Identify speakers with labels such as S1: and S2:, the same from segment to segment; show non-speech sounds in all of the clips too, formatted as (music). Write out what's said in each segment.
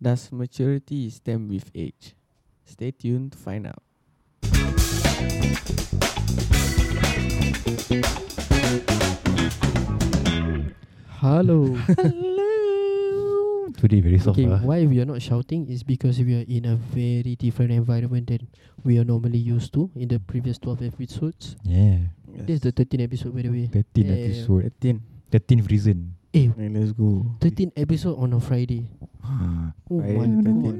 S1: Does maturity stem with age? Stay tuned to find (laughs) out. (laughs)
S2: Hello.
S3: Hello. Today very soft.
S2: okay,
S3: ah.
S2: why we are not shouting is because we are in a very different environment than we are normally used to in the previous 12 episodes.
S3: Yeah.
S2: This is the 13 episode, by the way.
S3: 13
S2: Yeah.
S3: episode.
S1: 13.
S3: 13 reason.
S2: Eh,
S1: Hey, let's go.
S2: 13 episode on a Friday. Oh
S1: Friday
S2: my
S1: the
S2: god.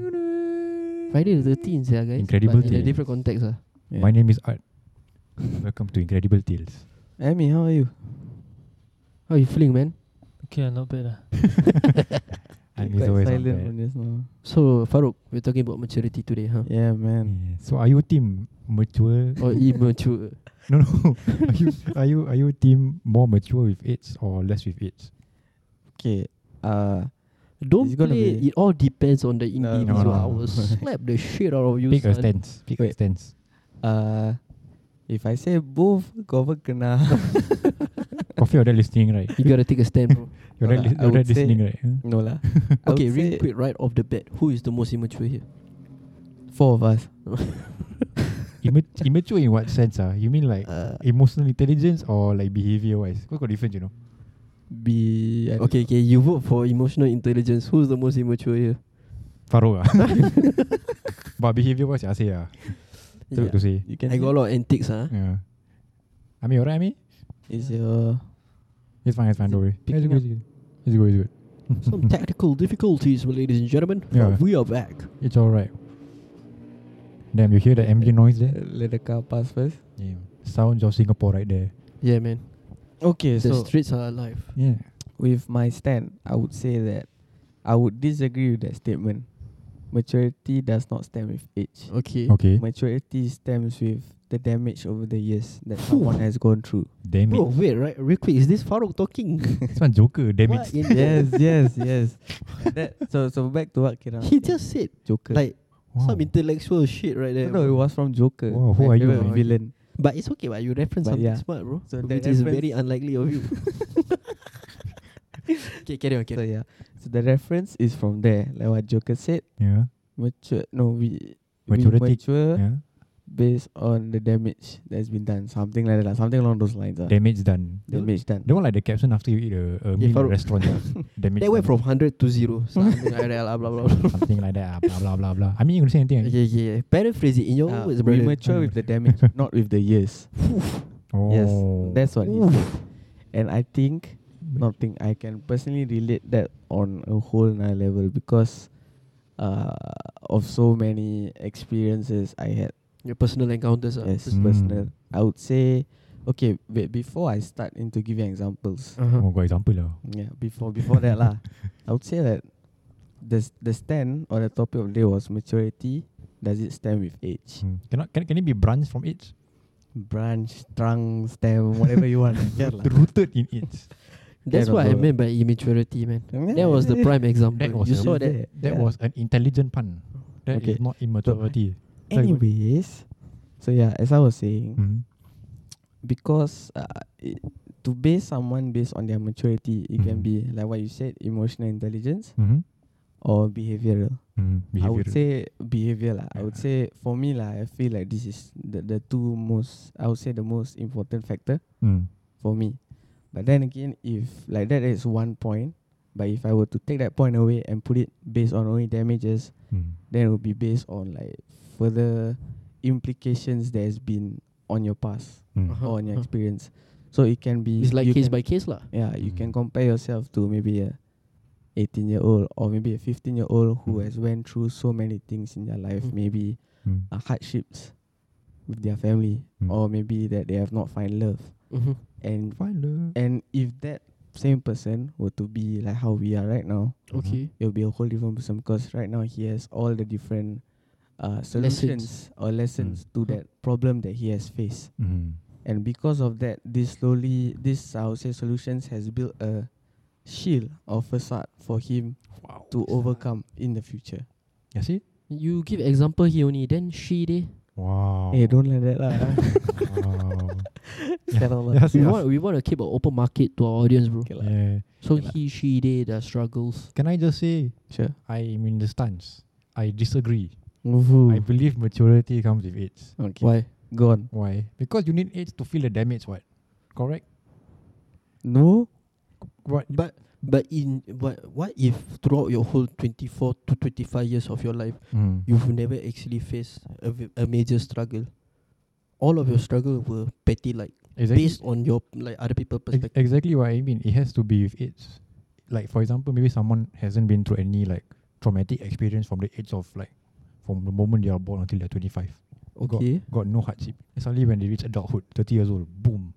S1: 13.
S2: Friday the 13th, yeah, guys.
S3: Incredible
S2: But in a
S3: thing.
S2: different context. Ah.
S1: Yeah.
S3: My name is Art. Welcome to Incredible Tales.
S1: Amy, how are you?
S2: How you feeling, man?
S4: Okay, not bad lah.
S3: I'm
S1: Quite
S3: always on
S1: silent
S3: that.
S1: on this now.
S2: So, Farouk, we're talking about maturity today, huh?
S1: Yeah, man.
S3: Yeah. So are you team mature?
S2: Or immature.
S3: (laughs) no, no. are you are you are you team more mature with age or less with age?
S1: Okay. Uh,
S2: Don't
S1: It's gonna
S2: play.
S1: be-
S2: It all depends on the
S1: No,
S2: individual.
S3: no, no.
S2: I
S1: (laughs)
S2: will slap the shit out of you.
S3: Pick a
S2: son.
S3: stance. Pick a
S1: Wait.
S3: stance.
S1: uh, if I say both, cover kena. (laughs)
S3: Coffee, you're not listening, right?
S2: You gotta take a stand, bro.
S3: You're
S1: Uh,
S3: not, li-
S1: I
S3: you're
S1: would
S3: not
S1: say-
S3: listening, right? Huh?
S1: no
S3: (laughs)
S1: lah. I would
S2: okay,
S1: say
S2: real quick, right off the bat, who is the most immature here?
S1: Four of us.
S3: Immat- immature in what sense? Ah, you mean like
S2: Uh,
S3: emotional intelligence or like behavior wise? Quite got difference, you know.
S1: Be I don't
S2: okay, okay, you vote for emotional intelligence. Who's the most immature (laughs) here?
S3: Farouk ah. (laughs) but behavior wise, I say ah.
S2: Ya.
S3: To, to say.
S1: know. You can.
S2: I
S1: say
S2: got a lot of antics, huh?
S1: Mm.
S3: Yeah. I mean, Ya. alright, I mean,
S1: Is your
S3: it's fine, it's fine,
S1: Is it
S3: don't worry. Yeah, It's
S1: picking
S3: good, it's good. It's good, it's good.
S2: (laughs) Some technical difficulties, ladies and gentlemen. but
S3: Yeah.
S2: we are back.
S3: It's alright. Damn, you hear the ambient noise there?
S1: let the car pass first?
S3: Yeah. Sounds of Singapore right there.
S2: Yeah, man.
S1: Okay,
S2: the
S1: so
S2: streets are alive.
S3: Yeah.
S1: with my stand, I would say that I would disagree with that statement. Maturity does not stem with age.
S2: Okay.
S3: Okay.
S1: Maturity stems with the damage over the years that someone has gone through.
S3: Damn
S2: Bro,
S3: it.
S2: wait, right? Real quick, is this Farouk
S1: (laughs)
S2: talking?
S3: This one Joker, damn
S2: What
S3: it.
S2: in the-
S1: yes, (laughs) yes, yes. And that, so so back to what Kiran
S2: He
S1: said,
S2: just said,
S1: Joker.
S2: like,
S3: Wow.
S2: some intellectual shit right there.
S1: no, it was from Joker. uh,
S3: Wow, who
S1: my
S3: are you,
S1: favourite
S3: man?
S1: Villain.
S2: But it's okay, but you reference
S1: But
S2: something
S1: yeah.
S2: smart, bro.
S1: So
S2: which
S1: that
S2: is
S1: reference-
S2: very unlikely of
S1: (laughs)
S2: you. okay, carry on,
S1: So
S2: carry on.
S1: yeah, so the reference is from there. Like what Joker said,
S3: Yeah.
S1: mature. No, we we
S3: Maturity.
S1: mature
S3: Yeah.
S1: based on the damage that's been done. Something like that, lah, something along those lines. ah.
S3: Damage done.
S1: damage done.
S3: The one like the caption after you eat a,
S2: Yeah,
S3: a meal at
S2: Farouk.
S3: restaurant. yeah. Damage
S2: They went
S3: done.
S2: from 100 to 0. Something like that, blah, blah, blah.
S3: something like that. ah, Blah blah blah blah. I mean, you gonna say anything?
S2: Okay, okay, yeah. Paraphrase it in your
S1: Ah,
S2: own words,
S1: we
S2: brother.
S1: mature with the (laughs) damage, not with the years.
S3: Oh.
S1: Yes, that's what he
S2: Oof.
S1: said. And I think, not think, I can personally relate that on a whole nother level because uh, of so many experiences I had
S2: Your personal encounters. ah.
S1: as
S3: Mm.
S1: personal. I would say, okay, wait, before I start into giving examples,
S2: Uh-huh.
S3: Oh, got example lah.
S1: yeah, before before that lah, I would say that the s- the stand or the topic of the day was maturity. Does it stem with age?
S3: Hmm. Cannot can can it be branch from
S1: (laughs)
S3: age?
S1: Branch, trunk, stem, whatever you
S2: (laughs)
S1: want. Yeah lah.
S3: Rooted in age.
S2: That's
S1: Yeah,
S2: what I
S1: bro.
S2: meant by immaturity, man. That was the prime example.
S3: That was
S2: you
S3: a-
S2: saw that.
S1: Yeah.
S3: That was an intelligent pun. That is
S1: Okay.
S3: not immaturity. Sorry, go on.
S1: Anyways, so yeah, as I was saying,
S3: Mm.
S1: because uh, it, to base someone based on their maturity, it can
S3: Mhm.
S1: be like what you said, emotional intelligence
S3: Mm-hmm.
S1: or behavioral.
S3: Mm.
S1: I would say behavior lah. I would
S3: Yeah.
S1: say for me lah, I feel like this is the the two most I would say the most important factor
S3: Mm.
S1: for me. But then again, if like that is one point, but if I were to take that point away and put it based on only damages,
S3: Mm.
S1: then it will be based on like further implications there's been on your past
S3: Mm.
S2: Uh-huh.
S1: or on your experience. So it can be
S2: It's like
S1: you
S2: case
S1: can,
S2: by case, lah.
S1: yeah, you can
S3: Mm.
S1: compare yourself to maybe a 18 year old or maybe a 15 year old who
S3: Mm.
S1: has went through so many things in their life,
S2: Mm.
S1: maybe
S3: Mm.
S1: uh, hardships with their family
S3: Mm.
S1: or maybe that they have not find love.
S2: Mm-hmm.
S1: And
S3: Fine lah.
S1: and if that same person were to be like how we are right now,
S2: Okay.
S1: it will be a whole different person because right now he has all the different uh, solutions or lessons to that problem that he has faced.
S3: Mm.
S1: And because of that, this slowly, this I would say solutions has built a shield or facade for him
S3: Wow.
S1: to overcome in the future.
S3: Yeah, see?
S2: You give example here only, then she they.
S3: Wow.
S1: (laughs) Hey, don't like that lah.
S3: Wow.
S1: Kerala.
S3: Yeah,
S2: We
S3: yeah.
S2: want we want to keep an open market to our audience, bro.
S1: Okay lah.
S3: yeah.
S2: So
S1: okay lah.
S2: he, she, they, their struggles.
S3: Can I just say
S1: Sure.
S3: I am in the stance. I disagree. I
S1: Woohoo.
S3: believe maturity comes with age.
S1: Okay.
S2: Why?
S1: Mm-hmm. Go on.
S3: Why? Because you need age to feel the damage. What? Correct.
S1: No.
S3: What?
S2: But but in but what if throughout your whole twenty four to twenty five years of your life
S1: Hmm.
S3: Mm.
S2: you've never actually faced a, v- a major struggle? All of your struggle were petty, like
S3: Exactly.
S2: based on your like other people
S3: Ex-
S2: perspective.
S3: exactly what I mean. It has to be with age. Like for example, maybe someone hasn't been through any like traumatic experience from the age of like from the moment they are born until they're 25. Got-
S2: okay.
S3: Got, no hardship. And Suddenly when they reach adulthood, 30 years old, boom,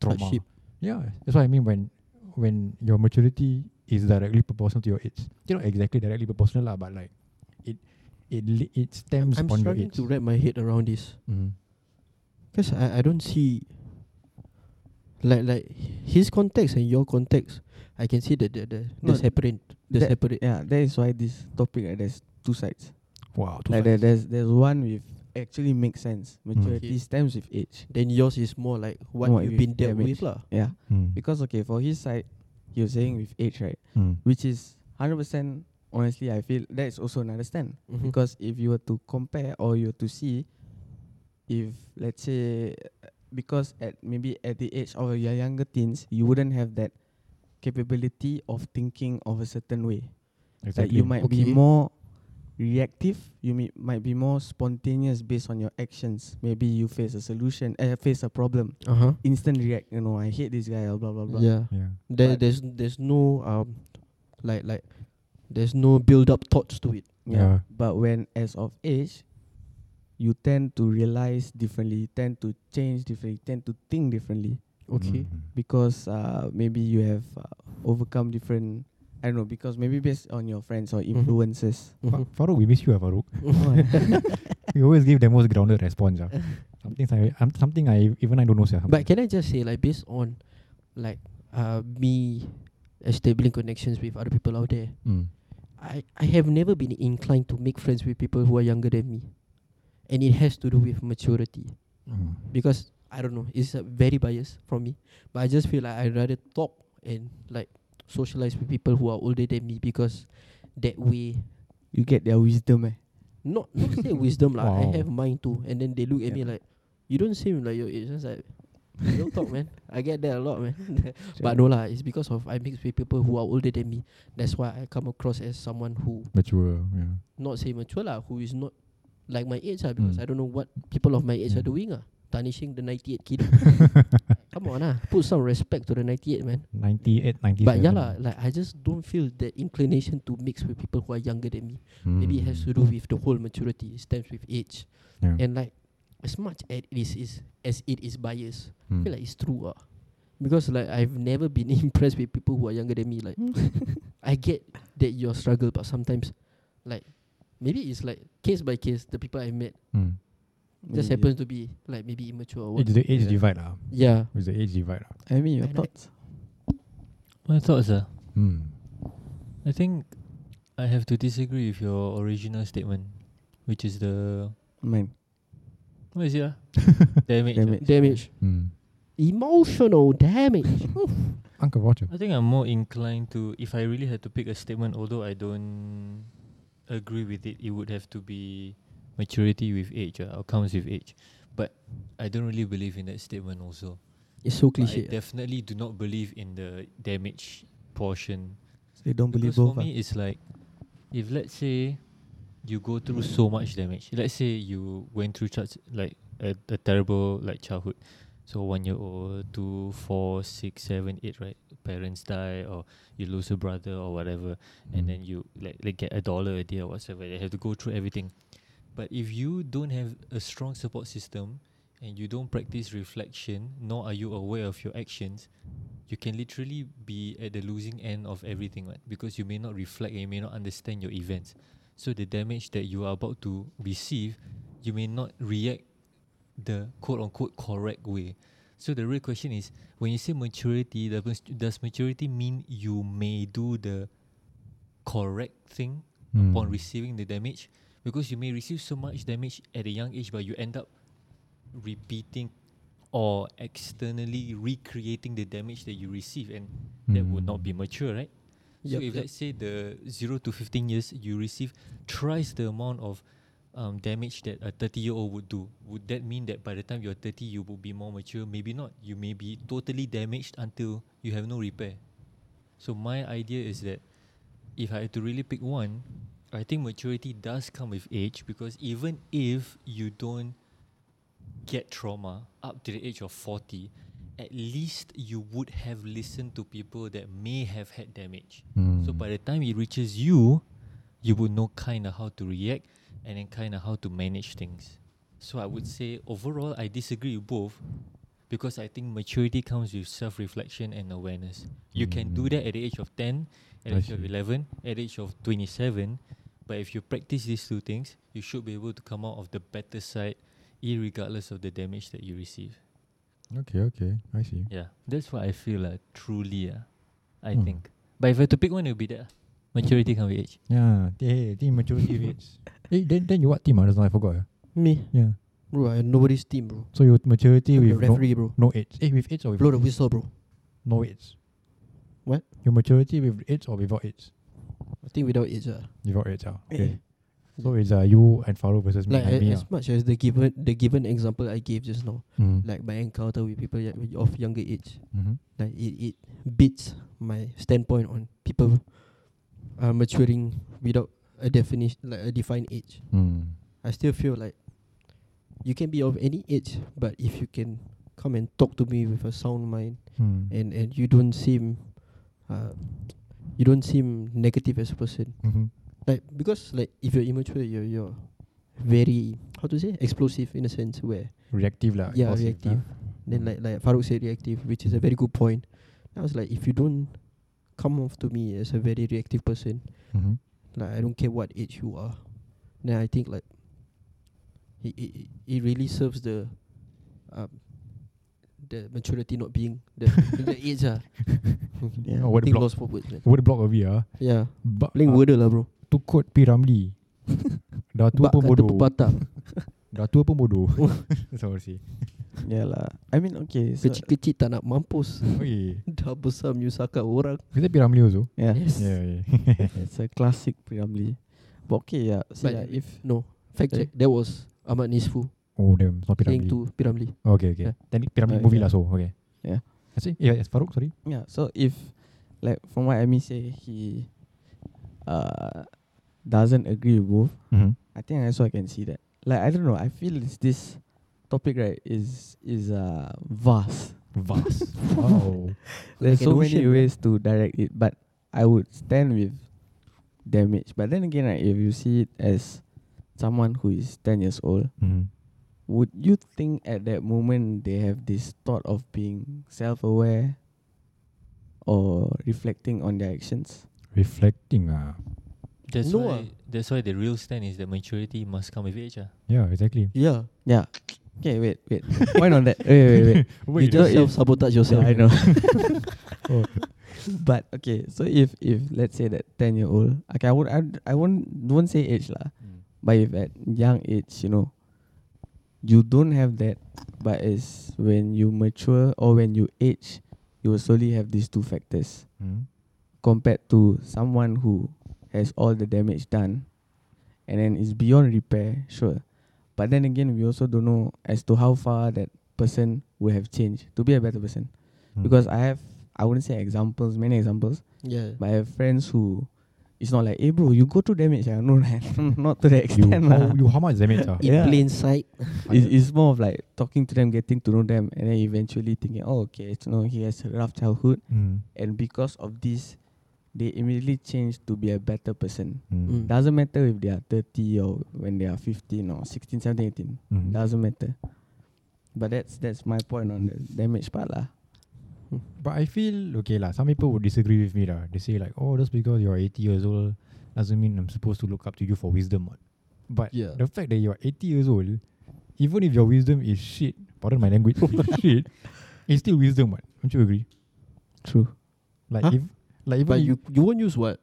S3: trauma.
S2: Hardship.
S3: Yeah, that's what I mean when when your maturity is directly proportional to your age. You know exactly directly proportional lah, but like it it li- it stems
S2: I'm
S3: on your
S2: struggling
S3: age.
S2: to wrap my head around this.
S3: Mm.
S2: Because I, I don't see like like his context and your context. I can see that they're, they're,
S1: No,
S2: they're separate. They're
S1: that-
S2: separate.
S1: Yeah, that is why this topic like, there's two sides.
S3: Wow.
S1: like there, there's there's one with actually makes sense. Maturity
S2: Okay.
S1: stems with age.
S2: Then yours is more like what
S1: What
S2: you've
S1: you
S2: been dealt
S1: damage.
S2: with lah.
S1: Yeah.
S3: Mm.
S1: Because okay, for his side, you're saying with age, right?
S3: Mm.
S1: Which is hundred percent honestly I feel that is also another stand.
S2: Mhm.
S1: Because if you were to compare or you were to see if let's say uh, because at maybe at the age of your younger teens you wouldn't have that capability of thinking of a certain way. Like you might be
S2: Okay.
S1: more reactive, you mi- might be more spontaneous based on your actions. Maybe you face a solution, uh, face a problem,
S2: uh-huh.
S1: instant react. You know, I hate this guy, or blah blah blah.
S2: Yeah.
S3: Yeah.
S2: There,
S1: But-
S2: there's there's no um like like there's no build up thoughts to it.
S3: Yeah.
S1: But when as of age, you tend to realize differently, you tend to change differently, you tend to think differently
S2: Okay.
S3: Mm.
S1: because uh, maybe you have uh, overcome different. I don't know because maybe based on your friends or
S2: Mhm. (laughs)
S1: influences.
S3: Fa-
S2: Mhm.
S3: Farouk, we miss you, ah, Farouk. (laughs) We always give the most grounded response.
S4: (laughs)
S3: Ah. something I, um, something I even I don't know. Sir,
S2: but can I just say like based on like uh me establishing connections with other people out there.
S3: mm.
S2: I, I have never been inclined to make friends with people who are younger than me. And it has to do with maturity.
S3: Mm.
S2: Because I don't know, it's uh, very biased from me. But I just feel like I'd rather talk and like socialize with people who are older than me because that way
S1: You get their wisdom, eh?
S2: not not say wisdom like
S3: Wow.
S2: I have mine too. And then they look at me like you don't seem like your age. Just like you don't talk man. I get that a lot man. (laughs) but no lah, it's because of I mix with people who are older than me. That's why I come across as someone who
S3: Mature. Yeah.
S2: not say mature lah, who is not like my age lah because
S3: Mm.
S2: I don't know what people of my age are
S3: Mm.
S2: doing ah. Tarnishing the 98 (laughs) kid. Come on ah, put some respect to the 98 man.
S3: 98, 97.
S2: But yeah lah, like I just don't feel that inclination to mix with people who are younger than me.
S3: Mm.
S2: Maybe it has to do with the whole maturity, it stems with age.
S3: Yeah.
S2: And like as much as it is, is as it is biased, I
S3: Mm.
S2: feel like it's true ah. Because like I've never been (laughs) impressed with people who are younger than me.
S3: (laughs)
S2: Like I get that your struggle, but sometimes like maybe it's like case by case the people I met
S3: Mm.
S2: just
S1: Yeah.
S2: happens to be like maybe immature or what.
S3: It's the age
S1: Yeah.
S3: divide. Ah.
S2: Yeah.
S3: It's the age divide. Ah.
S1: I mean, your
S2: I know.
S1: thoughts.
S4: My thoughts are
S3: Mm.
S4: I think I have to disagree with your original statement, which is the
S1: Mine.
S4: what is it? ah? Damage. ah.
S1: Damage.
S2: Damage.
S3: Mm.
S2: Emotional
S3: (laughs)
S2: damage.
S3: Uncle Roger.
S4: ah. I think I'm more inclined to if I really had to pick a statement, although I don't agree with it, it would have to be maturity with age, uh, or comes with age. But I don't really believe in that statement also.
S2: it's so
S4: But I
S2: cliche.
S4: definitely do not believe in the damage portion
S1: So you don't believe
S4: because
S1: both.
S4: for
S1: ah?
S4: me, it's like if let's say you go through so much damage. Let's say you went through such like a, a terrible like childhood. So one year old, two, four, six, seven, eight, right? Parents die, or you lose a brother, or whatever,
S3: Mm.
S4: and then you like like get a dollar a day or whatsoever. They have to go through everything. But if you don't have a strong support system, and you don't practice reflection, nor are you aware of your actions, you can literally be at the losing end of everything, right? Because you may not reflect and you may not understand your events. So the damage that you are about to receive, you may not react the quote unquote correct way. So the real question is when you say maturity, does mat- does maturity mean you may do the correct thing
S3: Mm.
S4: upon receiving the damage because you may receive so much damage at a young age but you end up repeating or externally recreating the damage that you receive and that
S3: Hmm.
S4: would not be mature, right?
S2: Yep,
S4: so if
S2: yep.
S4: let's say the zero to fifteen years you receive twice the amount of um, damage that a thirty year old would do, would that mean that by the time you're thirty you will be more mature? Maybe not. You may be totally damaged until you have no repair. So my idea is that if I had to really pick one, I think maturity does come with age because even if you don't get trauma up to the age of 40, at least you would have listened to people that may have had damage.
S3: Hmm.
S4: So by the time it reaches you, you would know kind of how to react and then kind of how to manage things. So I would say overall, I disagree with both because I think maturity comes with self reflection and awareness. You can do
S3: Mm.
S4: that at the age of 10, at the
S3: I
S4: age of
S3: see.
S4: 11, at the age of 27. But if you practice these two things, you should be able to come out of the better side, irregardless of the damage that you receive.
S3: okay, okay, I see.
S4: Yeah, that's what I feel like, truly, uh, I
S3: Hmm.
S4: think. But if I had to pick one, it would be that. ah. Maturity comes with age.
S3: Yeah, hey, team
S4: (laughs)
S3: maturity rates. Eh, then then you what team? Ah, just now I forgot. ah.
S2: Me,
S3: Yeah.
S2: bro, I nobody's team, bro.
S3: So your maturity
S2: I'm the
S3: with no,
S2: referee, bro.
S3: no age. Eh, with age or with
S2: Blow the whistle, bro.
S3: no age?
S2: What?
S3: Your maturity with age or without age?
S2: I think without age, ah.
S3: Without age, ah.
S1: Eh.
S3: Okay. So it's uh, you and Farouk versus me
S2: like
S3: and
S2: a,
S3: me.
S2: as much as the given the given example I gave just now,
S3: ah. Mm.
S2: like my encounter with people ya- of younger age,
S3: Mhm.
S2: like it, it beats my standpoint on people uh, maturing without a definition, like a defined age.
S3: Mm.
S2: I still feel like you can be of any age, but if you can come and talk to me with a sound mind,
S3: Mm.
S2: and and you don't seem, uh, you don't seem negative as a person,
S3: Mhm.
S2: like because like if you're immature, you're you're very how to say explosive in a sense where
S3: Reactive lah.
S2: yeah
S3: impulsive,
S2: reactive.
S3: ah.
S2: Then like like Farouk said reactive, which is a very good point. I was like if you don't come off to me as a very reactive person,
S3: Mhm.
S2: like I don't care what age you are, then I think like it it, it really serves the um the maturity not being
S3: (laughs)
S2: the the age ah.
S1: Yeah.
S3: Oh, word
S2: Think
S3: block.
S2: lost for words man.
S3: Word block of ya.
S2: Yeah,
S3: Ba-
S2: paling
S3: ah,
S2: wordle lah bro.
S3: Tu quote P
S2: (laughs)
S3: Ramlee. Dah tua
S2: Bak
S3: pun
S2: kata
S3: bodoh. (laughs)
S2: pepatah,
S3: Dah tua pun
S2: (laughs)
S3: bodoh. (laughs) Sorry.
S1: Yeah lah. I mean, okay. So
S2: kecil-kecil tak nak mampus. (laughs)
S3: Okay.
S2: Dah besar menyusahkan orang.
S3: Is that P Ramlee also?
S1: yeah,
S2: Yes.
S3: Yeah, yeah.
S1: (laughs)
S3: (laughs)
S1: it's a classic preamble. But okay, yeah. So
S2: But
S1: yeah, if
S2: No, fact
S1: Eh?
S2: check. That was Ahmad Nisfu
S3: oh damn, it's not P
S2: saying
S3: Ramlee.
S2: to Piramli.
S3: Okay, okay.
S2: Yeah.
S3: Then P Ramlee
S1: Uh,
S3: movie
S1: yeah.
S3: lah so. Okay.
S1: Yeah.
S3: I see. Yeah, yes, Farouk, sorry.
S1: yeah, so if like from what Amy say, he uh doesn't agree with both.
S3: Mm-hmm.
S1: I think also I can see that. Like I don't know. I feel it's this topic right is is uh vast.
S2: (laughs)
S3: Vast. wow.
S1: There's
S2: Like an
S1: so many
S2: ocean.
S1: ways to direct it, but I would stand with damage. But then again, right, if you see it as someone who is ten years old,
S3: Mm-hmm.
S1: would you think at that moment they have this thought of being self-aware or reflecting on their actions?
S3: Reflecting ah.
S4: That's
S2: No,
S4: why
S2: ah.
S4: that's why the real stand is that maturity must come with age. ah.
S3: Yeah,
S2: (laughs)
S3: exactly.
S2: Yeah.
S1: Yeah. Okay, wait, wait. (laughs) Why not that? Wait, wait,
S3: (laughs)
S1: wait.
S2: You just
S1: So
S2: self
S1: if-
S2: sabotage
S1: Yeah,
S2: yourself.
S1: I know.
S3: Oh.
S1: but okay, so if if let's say that ten year old, okay, I would I, I won't won't say age lah,
S3: Mm.
S1: but if at young age, you know, you don't have that, but it's when you mature or when you age, you will slowly have these two factors.
S3: Mm.
S1: compared to someone who has all the damage done and then is beyond repair, sure. But then again, we also don't know as to how far that person will have changed to be a better person.
S3: Mm.
S1: Because I have, I wouldn't say examples, many examples,
S2: (laughs) Yeah.
S1: but I have friends who it's not like, hey bro, you go to damage. I know (laughs) that. not to the (laughs)
S3: you,
S1: extent. lah.
S3: how, you how much damage ah?
S2: In
S1: Yeah.
S2: plain sight.
S1: It's, it's more of like talking to them, getting to know them, and then eventually thinking, oh, okay, it's, you know, he has a rough childhood.
S3: Mm.
S1: And because of this, they immediately change to be a better person.
S2: Mm.
S3: Mm.
S1: Doesn't matter if they are 30 or when they are 15 or 16, 17, 18.
S3: Mm.
S1: Doesn't matter. But that's that's my point on the damage part lah.
S3: But I feel okay lah. Some people would disagree with me lah. They say like, oh, just because you're 80 years old doesn't mean I'm supposed to look up to you for wisdom. what." But
S2: Yeah.
S3: the fact that you're 80 years old, even if your wisdom is shit, pardon my language, (laughs) is shit, it's still wisdom. What? Don't you agree?
S1: True.
S3: Like
S2: Huh?
S3: if like even
S2: But
S3: if-
S2: you you won't use what?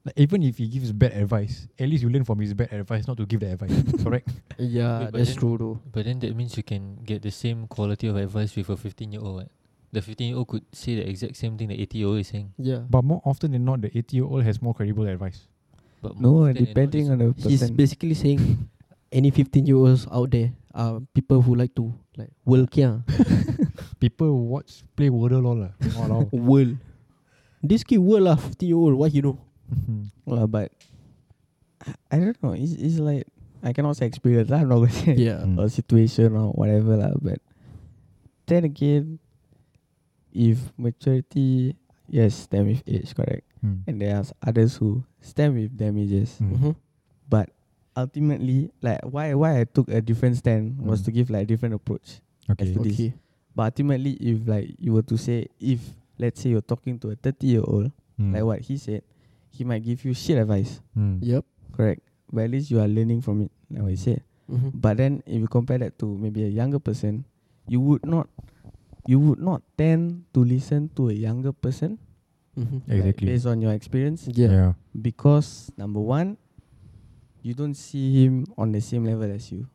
S3: Like, even if he gives bad advice, at least you learn from his bad advice not to give the advice. correct?
S2: Yeah,
S4: Wait, but
S2: that's
S4: then-
S2: true though.
S4: But then that means you can get the same quality of advice with a 15 year old. The 15 year old could say the exact same thing the 80 year old is saying.
S2: Yeah.
S3: But more often than not, the 80 year old has more credible advice.
S4: But
S1: No, depending on the
S2: He's
S1: person.
S2: basically saying any 15 year olds out there are people who like to like world kia.
S3: People watch play Wordle all lah. (laughs) Walao.
S2: world. This kid world lah 15 year old what you know.
S3: Hmm.
S1: Well, but I- I don't know. It's, it's like I cannot say experience. (laughs) lah, I'm not gonna say
S2: Yeah.
S3: Mm.
S1: or situation or whatever lah. But then again, if maturity, yes, stem with age, correct.
S3: Mm.
S1: And there's others who stem with damages.
S3: Mm.
S2: Mm-hmm.
S1: But ultimately, like why why I took a different stand was
S3: Mm.
S1: to give like a different approach.
S3: Okay.
S1: to this.
S2: Okay.
S1: But ultimately, if like you were to say, if let's say you're talking to a 30 year old,
S3: Mm.
S1: like what he said, he might give you shit advice,
S3: Mm.
S2: Yep.
S1: correct? But at least you are learning from it, like what he said.
S2: Mm-hmm.
S1: But then if you compare that to maybe a younger person, you would not you would not tend to listen to a younger person
S2: mm-hmm.
S1: like,
S3: Exactly.
S1: based on your experience
S2: Yeah.
S3: yeah.
S1: because number one, you don't see him on the same level as you.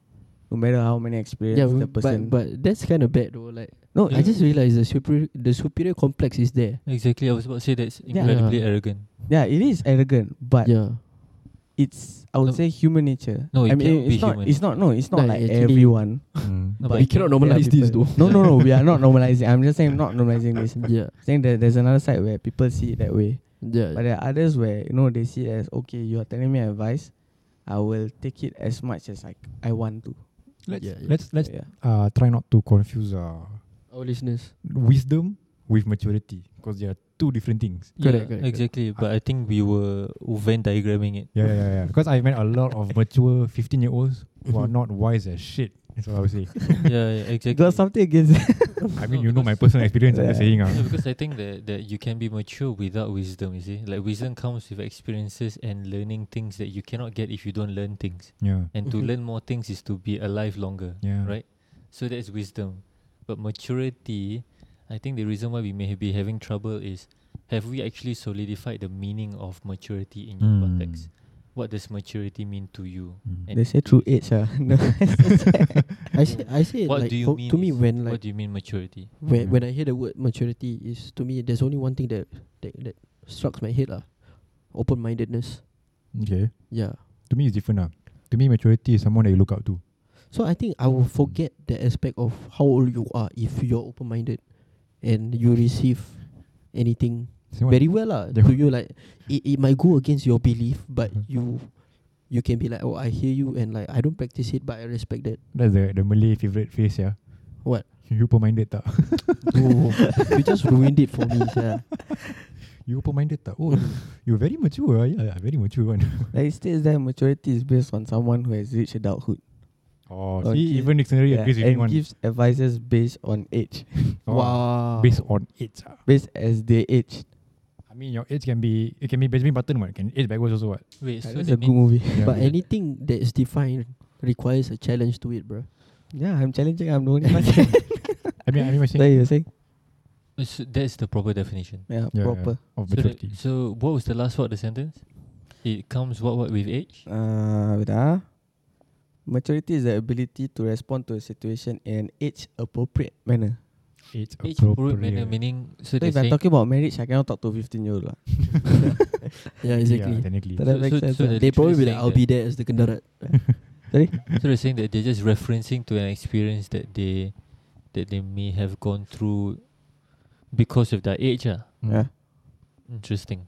S1: No matter how many experience
S2: Yeah,
S1: the
S2: but,
S1: person
S2: but but that's kind of bad though. Like
S1: No,
S2: I just realized the superior the superior complex is there.
S4: Exactly, I was about to say that's
S1: Yeah.
S4: incredibly
S2: Yeah.
S4: arrogant.
S1: yeah, it is arrogant, but
S2: yeah.
S1: it's I would
S4: No.
S1: say human nature.
S4: No, it
S1: I mean
S4: cannot be
S1: it's not
S4: human.
S1: it's not no, it's not
S2: No,
S1: like
S2: actually-
S1: everyone.
S3: Mm.
S4: No,
S1: But
S4: it
S1: we
S4: can-
S2: cannot normalize
S1: There are
S2: this
S1: people-
S2: though.
S1: No, no,
S2: (laughs)
S1: no, we are not normalizing. I'm just saying not normalizing this.
S2: Yeah.
S1: Saying that there's another side where people see it that way.
S2: Yeah.
S1: But there are others where you know they see it as okay, you are telling me advice, I will take it as much as I I want to.
S3: Let's
S2: Yeah, yeah.
S3: let's let's
S1: yeah.
S3: uh, try not to confuse uh,
S2: Our listeners.
S3: wisdom with maturity because they are two different things.
S4: Yeah,
S2: Correct, correct,
S4: exactly. But I think we were Venn diagramming
S1: (laughs)
S4: it.
S3: Yeah, yeah, yeah. yeah. Because I've met a lot of mature 15 year olds who are
S2: Mhm.
S3: not wise as shit. That's what I would say.
S4: yeah, yeah, exactly.
S1: You got something against (laughs)
S3: I
S4: No,
S3: mean, you know my
S4: because-
S3: personal experience. I'm just
S1: Yeah.
S3: saying.
S4: No,
S3: Uh,
S4: because I think that, that you can be mature without wisdom, you see. Like wisdom comes with experiences and learning things that you cannot get if you don't learn things.
S3: yeah.
S4: And
S1: Mm-hmm.
S4: to
S2: Mhm.
S4: learn more things is to be alive longer.
S3: Yeah.
S4: Right? So that's wisdom. But maturity, I think the reason why we may be having trouble is have we actually solidified the meaning of maturity in your
S3: Mm.
S4: context? What does maturity mean to you?
S3: Mm.
S4: And
S1: They say through age, ah. (laughs) No,
S2: I say I say
S4: what
S2: like
S4: do you
S2: for-
S4: mean?
S2: to me
S4: is-
S2: when like
S4: what do you mean maturity?
S2: when,
S3: Yeah.
S2: when I hear the word maturity is to me there's only one thing that that, that strikes my head lah. Open mindedness.
S3: Okay.
S2: Yeah.
S3: To me, it's different. Uh. To me, maturity is someone that you look up to.
S2: So I think I will forget the aspect of how old you are if you're open minded and you receive anything
S3: Someone
S2: very well lah.
S3: Yeah.
S2: To you like it, it might go against your belief but
S4: Mm-hmm.
S3: Mhm.
S2: you you can be like, Oh I hear you and like I don't practice it but I respect
S4: (laughs)
S2: that.
S3: That's the, the Malay favorite phrase, yeah.
S2: What?
S3: You open-minded tak?
S2: Oh, (laughs) you just ruined it for me, yeah.
S3: You open-minded tak? Oh, you're very mature. ah. Yeah, yeah, very mature one.
S1: like it states that maturity is based on someone who has reached adulthood
S3: (laughs) Oh,
S1: Okay.
S3: see, even dictionary
S1: Yeah,
S3: agrees with me
S1: and
S3: one.
S1: gives advices based on age,
S3: Oh,
S2: Wow.
S3: Based on age. ah.
S1: based as they age.
S3: I mean, your age can be, it can be Benjamin Button one. Can age backwards also what?
S4: Wait, so
S1: That's a
S4: that
S1: good
S4: means
S1: movie.
S3: Yeah.
S2: But anything that is defined requires a challenge to it, bro.
S1: Yeah, I'm challenging. I'm the only one. saying.
S3: I mean, I mean, I'm
S1: so
S3: saying
S1: you're saying,
S4: uh, so that's the proper definition.
S1: yeah,
S3: Yeah,
S1: proper.
S3: of
S4: So, that,
S3: maturity.
S4: so what was the last word of the sentence? It comes what what with age?
S1: Uh, wait, ah. Maturity is the ability to respond to a situation in an age-appropriate manner.
S3: Age
S4: Age appropriate manner
S3: appropriate. (laughs)
S4: meaning (laughs) so
S1: So
S4: they're
S1: if I'm
S4: saying
S1: talking about marriage, I cannot talk to a 15 year old lah.
S2: Yeah,
S3: Yeah,
S2: exactly.
S3: technically.
S1: That makes
S4: so, so,
S1: sense,
S4: so
S1: yeah.
S4: they're
S2: they probably
S4: literally
S2: be like,
S4: saying
S2: I'll be there as the kendarat.
S1: Sorry?
S4: that, so they're saying that they're just referencing to an experience that they that they may have gone through because of their age. Ah,
S3: Mm.
S1: yeah.
S4: Interesting.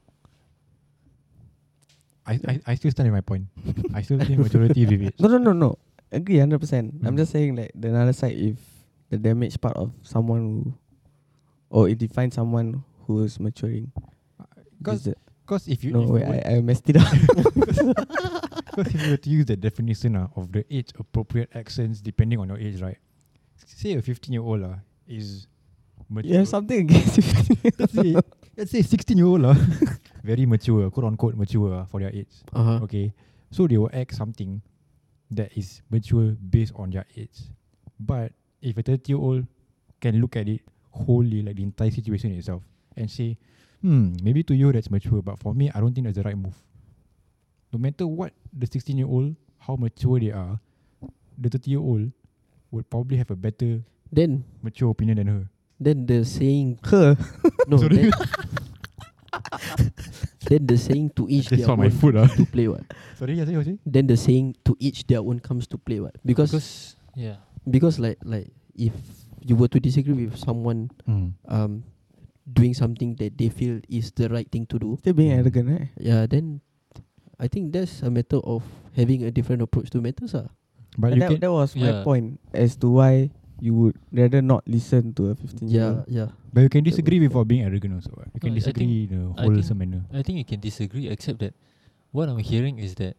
S3: I, I, I still stand at my point. I still think maturity is with age.
S1: (laughs) No, no, no, no. Agree 100%. I'm
S3: Mm.
S1: just saying like the another side if the damage part of someone who or it defines someone who is maturing.
S3: Because
S1: Is the-
S3: if you
S1: no,
S3: if you
S1: wait,
S3: were-
S1: I, I messed it up. (laughs)
S3: Because if you were to use the definition uh, of the age appropriate accents depending on your age, right? Say a 15 year old uh, is mature.
S1: you have something against 15 (laughs)
S3: let's, say, let's say 16 year old uh, (laughs) very mature, quote unquote mature uh, for their age.
S2: Uh-huh.
S3: Okay. So they will act something that is mature based on their age. But if a 30 year old can look at it wholly, like the entire situation itself, and say, hmm, maybe to you that's mature, but for me, I don't think that's the right move. no matter what the 16 year old, how mature they are, the 30 year old would probably have a better
S2: Then
S3: mature opinion than her.
S2: then the
S4: (laughs)
S2: saying
S1: Her.
S2: no
S3: Sorry. (laughs)
S2: then, then the saying to each
S3: That's
S2: their
S3: not my
S2: own
S3: food,
S2: (laughs)
S3: ah.
S2: comes to play what.
S3: Sorry, yeah, sorry, sorry.
S2: Then the saying to each their own comes to play what because because,
S4: because yeah,
S2: like like if you were to disagree with someone
S3: Mm.
S2: um doing something that they feel is the right thing to do
S1: Still being arrogant, eh?
S2: yeah then I think that's a matter of having a different approach to matters ah.
S3: But
S1: And
S3: you
S1: that,
S3: can
S1: that was my
S4: Yeah.
S1: point as to why you would rather not listen to a 15 year
S2: yeah
S1: old.
S2: yeah
S3: but you can disagree without being arrogant also. ah. You can
S4: No, I think-
S3: disagree in a
S4: I
S3: wholesome manner.
S4: I think you can disagree. Except that what I'm hearing is that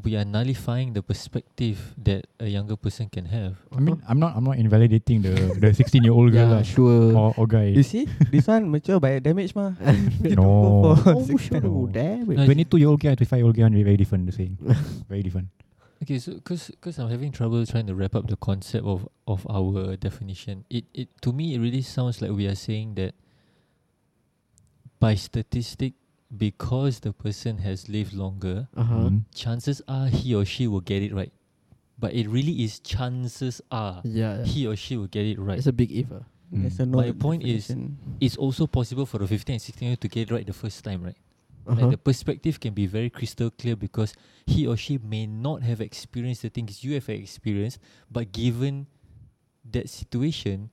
S4: we are nullifying the perspective that a younger person can have.
S3: I mean, I'm not, I'm not invalidating the the 16 year old girl
S2: yeah
S3: lah
S2: sure
S4: oh.
S3: or, or guy.
S1: You see,
S3: (laughs)
S1: this one mature by damage, mah. You
S3: No.
S1: don't go for
S2: oh
S1: six
S2: sure
S1: times.
S2: damn
S4: No, I
S3: Twenty two year old guy, twenty five year old guy, very very different. The saying,
S1: Uh-huh.
S3: very different.
S4: Okay, so cause, cause I'm having trouble trying to wrap up the concept of, of our definition. It it to me it really sounds like we are saying that by statistic, because the person has lived longer,
S2: uh huh
S1: Uh-huh.
S4: Hmm.
S3: Mm.
S4: chances are he or she will get it right. But it really is chances are
S2: yeah, yeah.
S4: he or she will get it right.
S2: it's a big if ah.
S3: Mm.
S1: There's a
S4: My
S1: no
S4: point is-
S1: definition.
S4: It's also possible for the 15 and 16 year old to get it right the first time, right?
S2: Uh-huh.
S4: Like the perspective can be very crystal clear because he or she may not have experienced the things you have experienced, but given that situation,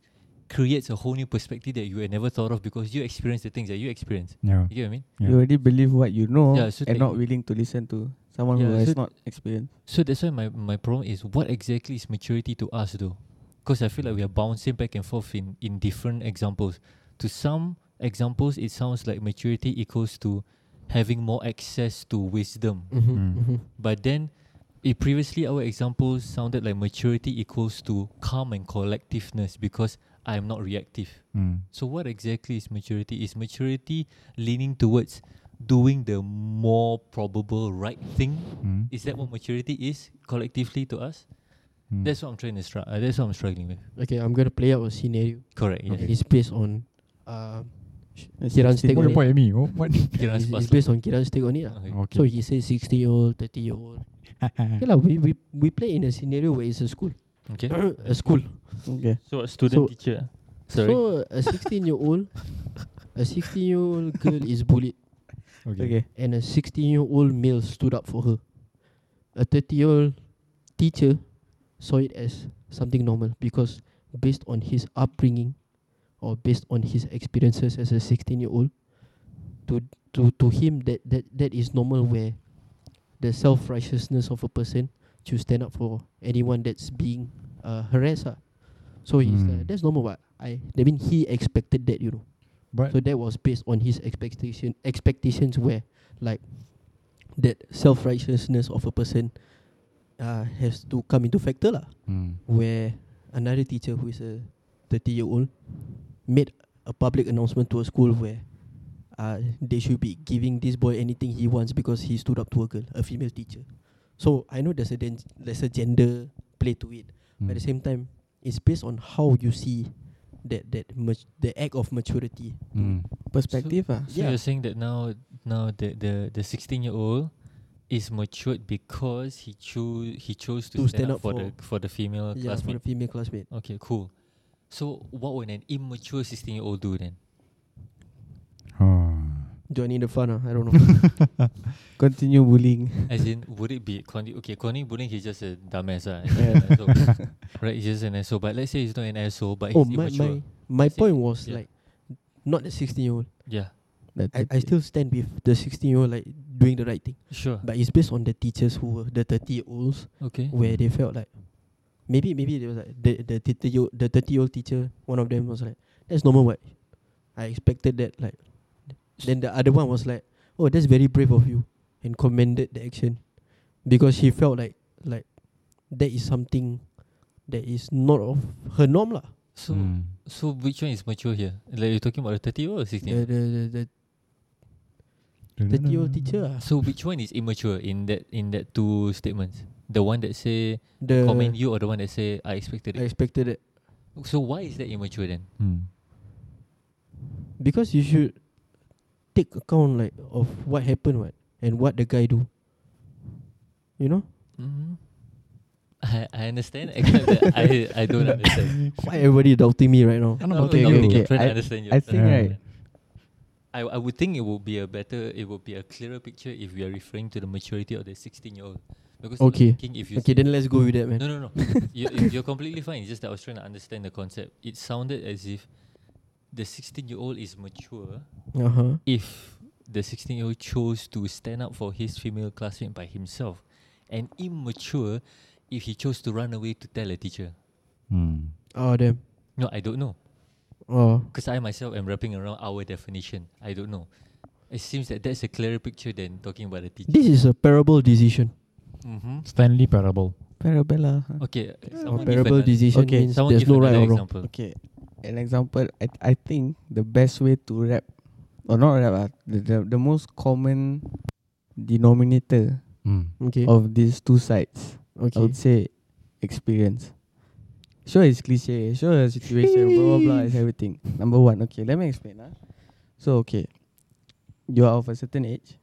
S4: creates a whole new perspective that you had never thought of because you experienced the things that you experienced.
S3: Yeah.
S4: You get what I mean?
S3: Yeah.
S1: You already believe what you know
S4: Yeah, so
S1: and
S4: tec-
S1: not willing to listen to someone who
S4: Yeah,
S1: has
S4: so-
S1: not experienced.
S4: So that's why my, my problem is what exactly is maturity to us though? Because I feel like we are bouncing back and forth in, in different examples. To some examples, it sounds like maturity equals to having more access to wisdom.
S2: Mm-hmm.
S3: Mm.
S4: Hmm.
S2: Mm-hmm.
S4: But then, it previously our examples sounded like maturity equals to calm and collectiveness because I am not reactive.
S3: Mm.
S4: So what exactly is maturity? Is maturity leaning towards doing the more probable right thing?
S3: Mm.
S4: Is that what maturity is collectively to us?
S3: Mm.
S4: That's what I'm trying to struggle. Uh, that's what I'm struggling with.
S2: Okay, I'm gonna play out a scenario.
S4: Correct. Yeah.
S2: It's based on uh,
S1: It's
S2: Kiran's
S1: 16 year
S2: take on it.
S3: Why you point at me? Oh, what?
S4: Kira
S2: it's,
S4: Aspas
S2: it's based on Kiran's take on it.
S4: lah.
S2: lah.
S4: Okay.
S3: Okay.
S2: So he says 60 year old, 30 year old. Okay lah, we, we we play in a scenario where it's a school, (coughs)
S4: okay.
S2: a school.
S1: old. Okay.
S4: So a
S2: student So-
S4: teacher. Sorry.
S2: So a 16 year old, a 16 year old girl is bullied,
S3: (laughs) okay.
S1: Okay.
S2: and a 16 year old male stood up for her. A 30 year old teacher saw it as something normal because based on his upbringing or based on his experiences as a 16 year old to to to him that that that is normal where the self righteousness of a person to stand up for anyone that's being uh, harassed ah. so he's
S3: Hmm.
S2: like, that's normal but i that mean he expected that you know
S3: But
S2: so that was based on his expectation expectations where like that self righteousness of a person uh, has to come into factor lah.
S3: mm.
S2: Where another teacher who is a thirty year old made a public announcement to a school where uh, they should be giving this boy anything he wants because he stood up to a girl, a female teacher. So I know there's a den- there's a gender play to it. But at the
S3: Mm.
S2: same time, it's based on how you see that that mat- the act of maturity
S3: mm.
S1: Perspective, ah.
S4: So
S2: Yeah.
S4: you're saying that now now the the the 16 year old is matured because he chose he chose to,
S2: To stand
S4: stand,
S2: up
S4: up, for,
S2: for-
S4: the for the female
S2: yeah, for the
S4: classmate. Oh.
S2: female classmate.
S4: okay, cool. So what would an immature 16 year old do then?
S3: Oh.
S2: Joining the fun, ah, I don't
S4: (laughs)
S2: know.
S1: Continue bullying. (laughs)
S4: As in, would it be Connie? Okay, Connie Bulling he's just a dumbass, ah,
S1: Yeah.
S4: he's an asshole. right? He's just an asshole. But let's say he's not an asshole, but
S2: oh,
S4: he's
S2: my,
S4: immature.
S2: my my
S4: Is it-
S2: point was
S4: yeah.
S2: like not the sixteen year old.
S4: Yeah,
S1: That
S2: I,
S1: type
S2: I
S1: of-
S2: still stand with the sixteen year old like doing the right thing.
S4: sure.
S2: But it's based on the teachers who were the thirty year olds
S4: Okay.
S2: where they felt like maybe maybe they was like the the thirty year the thirty year old teacher one of them was like that's normal what I expected that like then the other one was like oh that's very brave of you and commended the action because she felt like like that is something that is not of her norm lah.
S4: So,
S1: hmm.
S3: Mm-hmm.
S4: so which one is mature here? Like you're talking about the 30 or 16?
S2: the, the, the, the thirty year old teacher ah.
S4: So which one is immature in that in that two statements? The one that say
S2: the
S4: comment you or the one that say I expected
S2: I
S4: it.
S2: expected it
S4: so why is that immature then?
S3: Mm.
S2: because you should take account like of what happened what and what the guy do You know?
S4: Mm-hmm. (laughs) I, I understand (laughs) except that I I don't
S1: (laughs)
S4: understand.
S2: Why everybody doubting me right now?
S3: I don't know
S4: No,
S3: about
S1: okay,
S4: no,
S3: you.
S1: okay,
S4: I'm
S1: okay.
S4: trying to
S1: I-
S4: understand you.
S1: I
S4: trying
S1: think
S4: to
S3: Yeah.
S1: right.
S4: I, I would think it would be a better, it would be a clearer picture if we are referring to the maturity of the 16 year old. Because I'm
S2: Okay.
S4: thinking if you
S2: Okay, then let's go with that, man.
S4: no, no,
S2: (laughs)
S4: no, you, you're completely fine. It's just that I was trying to understand the concept. It sounded as if the 16 year old is mature
S2: Uh huh.
S4: if the 16 year old chose to stand up for his female classmate by himself, and immature if he chose to run away to tell a teacher.
S3: Mm-hmm.
S5: Hmm.
S2: Oh damn.
S4: No, I don't know.
S2: Oh.
S4: Because I myself am wrapping around our definition. I don't know. It seems that that's a clearer picture than talking about the teacher.
S2: This is a parable decision.
S4: Mm-hmm.
S3: Stanley Parable.
S1: Parabella. ah. huh?
S4: Okay. uh,
S2: A Oh,
S4: Someone give
S2: parable
S4: ano-
S2: decision
S1: Okay,
S2: means
S4: someone
S2: there's
S4: give
S2: no right
S4: another
S2: or wrong.
S4: example.
S1: Okay, an example. I I think the best way to rap, or not rap, ah, the, the the most common denominator
S5: Hmm.
S3: Mm-hmm.
S2: Okay.
S1: of these two sides, I
S2: Okay.
S1: would say, experience. Sure, it's cliche. Sure, the situation, blah blah blah, is everything. Number one. Okay, let me explain. Ah, so okay, you are of a certain age,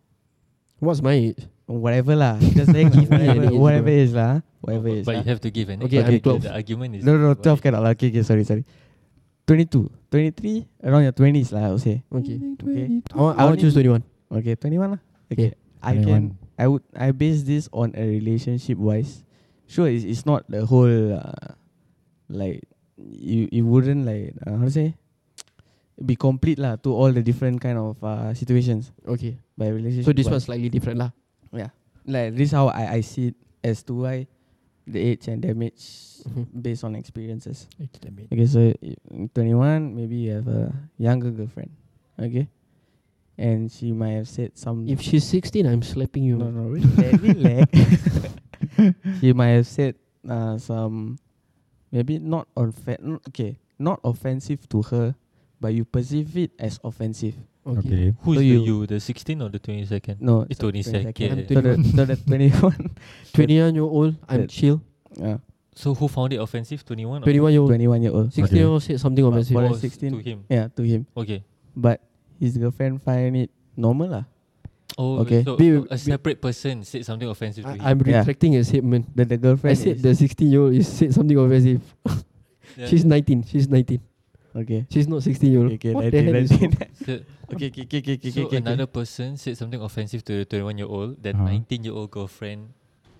S2: What's my age?
S1: whatever lah. Just saying,
S2: Give
S1: (laughs)
S2: me
S1: whatever,
S2: an age,
S1: whatever
S2: bro.
S1: age lah. Whatever
S4: But,
S1: age.
S4: but
S1: lah.
S4: you have to give an
S2: Okay,
S4: example.
S2: I'm 12.
S4: The argument is
S1: No, no, no, 12
S4: about it.
S1: cannot lah. Okay, okay, sorry, sorry. 22, 23, around your 20s lah, I would say.
S2: Okay.
S1: Okay,
S2: I want, I want to choose twenty one.
S1: okay 21 lah. Okay, I can, I would, I base this on a relationship wise. Sure, it's, it's not the whole, uh, like, you, you wouldn't like, uh, how to say, be complete lah to all the different kind of uh, situations
S2: Okay.
S1: by relationship.
S2: So this
S1: wise.
S2: one's slightly different lah.
S1: like, this how I, I see it as to why the age and damage
S2: Mm-hmm.
S1: based on experiences. Okay, so y- in 21, maybe you have a younger girlfriend, okay? And she might have said some.
S2: If she's sixteen, I'm slapping you.
S1: no, no, (laughs) relax, relax. (laughs) she might have said uh, some, maybe not on okay, not offensive to her, but you perceive it as offensive.
S2: Okay.
S3: Okay.
S4: Who's
S1: So
S4: the
S1: you-
S4: you, the 16 or the 22nd?
S1: No,
S4: It's
S1: sorry,
S4: 22nd.
S1: So (laughs) the, so the (laughs) 21,
S2: Twenty one year old, I'm
S1: That-
S2: chill.
S1: uh,
S4: So who found it offensive? 21
S2: Twenty
S4: or
S2: one year old,
S1: 21 year old.
S2: sixteen year old said something
S4: But
S2: offensive.
S1: for the
S4: was
S1: 16?
S4: To him.
S1: Yeah, to him.
S4: Okay.
S1: But his girlfriend find it normal lah.
S4: Oh,
S1: Okay.
S4: so
S2: Wait,
S4: a
S2: wait.
S4: separate person said something offensive to him.
S2: I, I'm
S1: Yeah.
S2: retracting a statement.
S1: That the girlfriend
S2: I said
S1: is-
S2: the sixteen year old is said something offensive.
S4: Yeah.
S2: She's nineteen. She's nineteen.
S1: okay.
S2: She's not sixteen year
S1: (laughs)
S2: old.
S1: Okay,
S2: what the
S1: 19,
S2: hell is
S1: 19.
S4: So-
S1: okay, (laughs) okay, okay, okay, okay,
S4: So
S1: okay.
S4: another person said something offensive to the 21 year old, that
S3: Uh-huh.
S4: 19 year old girlfriend.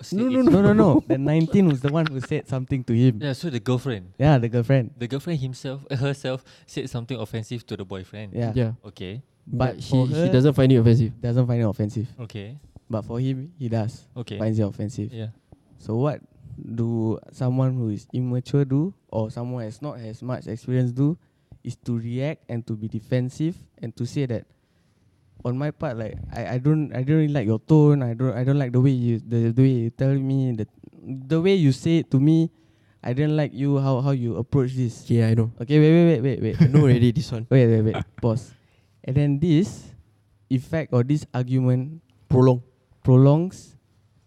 S4: said
S2: No,
S4: it-
S2: no,
S1: No, no, no. the 19 was the one who said something to him. Yeah,
S4: Yeah, so the girlfriend,
S1: the girlfriend.
S4: the girlfriend himself, (laughs) uh, herself said something offensive to the boyfriend.
S1: Yeah.
S2: (laughs) Yeah.
S4: Okay.
S2: But she
S1: for
S2: she
S1: her-
S2: doesn't find it offensive.
S1: Doesn't find it offensive.
S4: Okay.
S1: But for him, he does.
S4: Okay.
S1: Finds it offensive.
S4: Yeah.
S1: So what do someone who is immature do or someone has not as much experience do is to react and to be defensive and to say that on my part like I, I don't I don't really like your tone, I don't I don't like the way you the, the way you tell me the the way you say it to me, I didn't like you how how you approach this.
S2: Yeah, I know.
S1: Okay, wait, wait, wait, wait,
S2: I
S1: wait.
S2: know already this
S1: (laughs)
S2: one.
S1: Wait, wait, wait. Pause. And then this effect or this argument
S2: Prolong.
S1: prolongs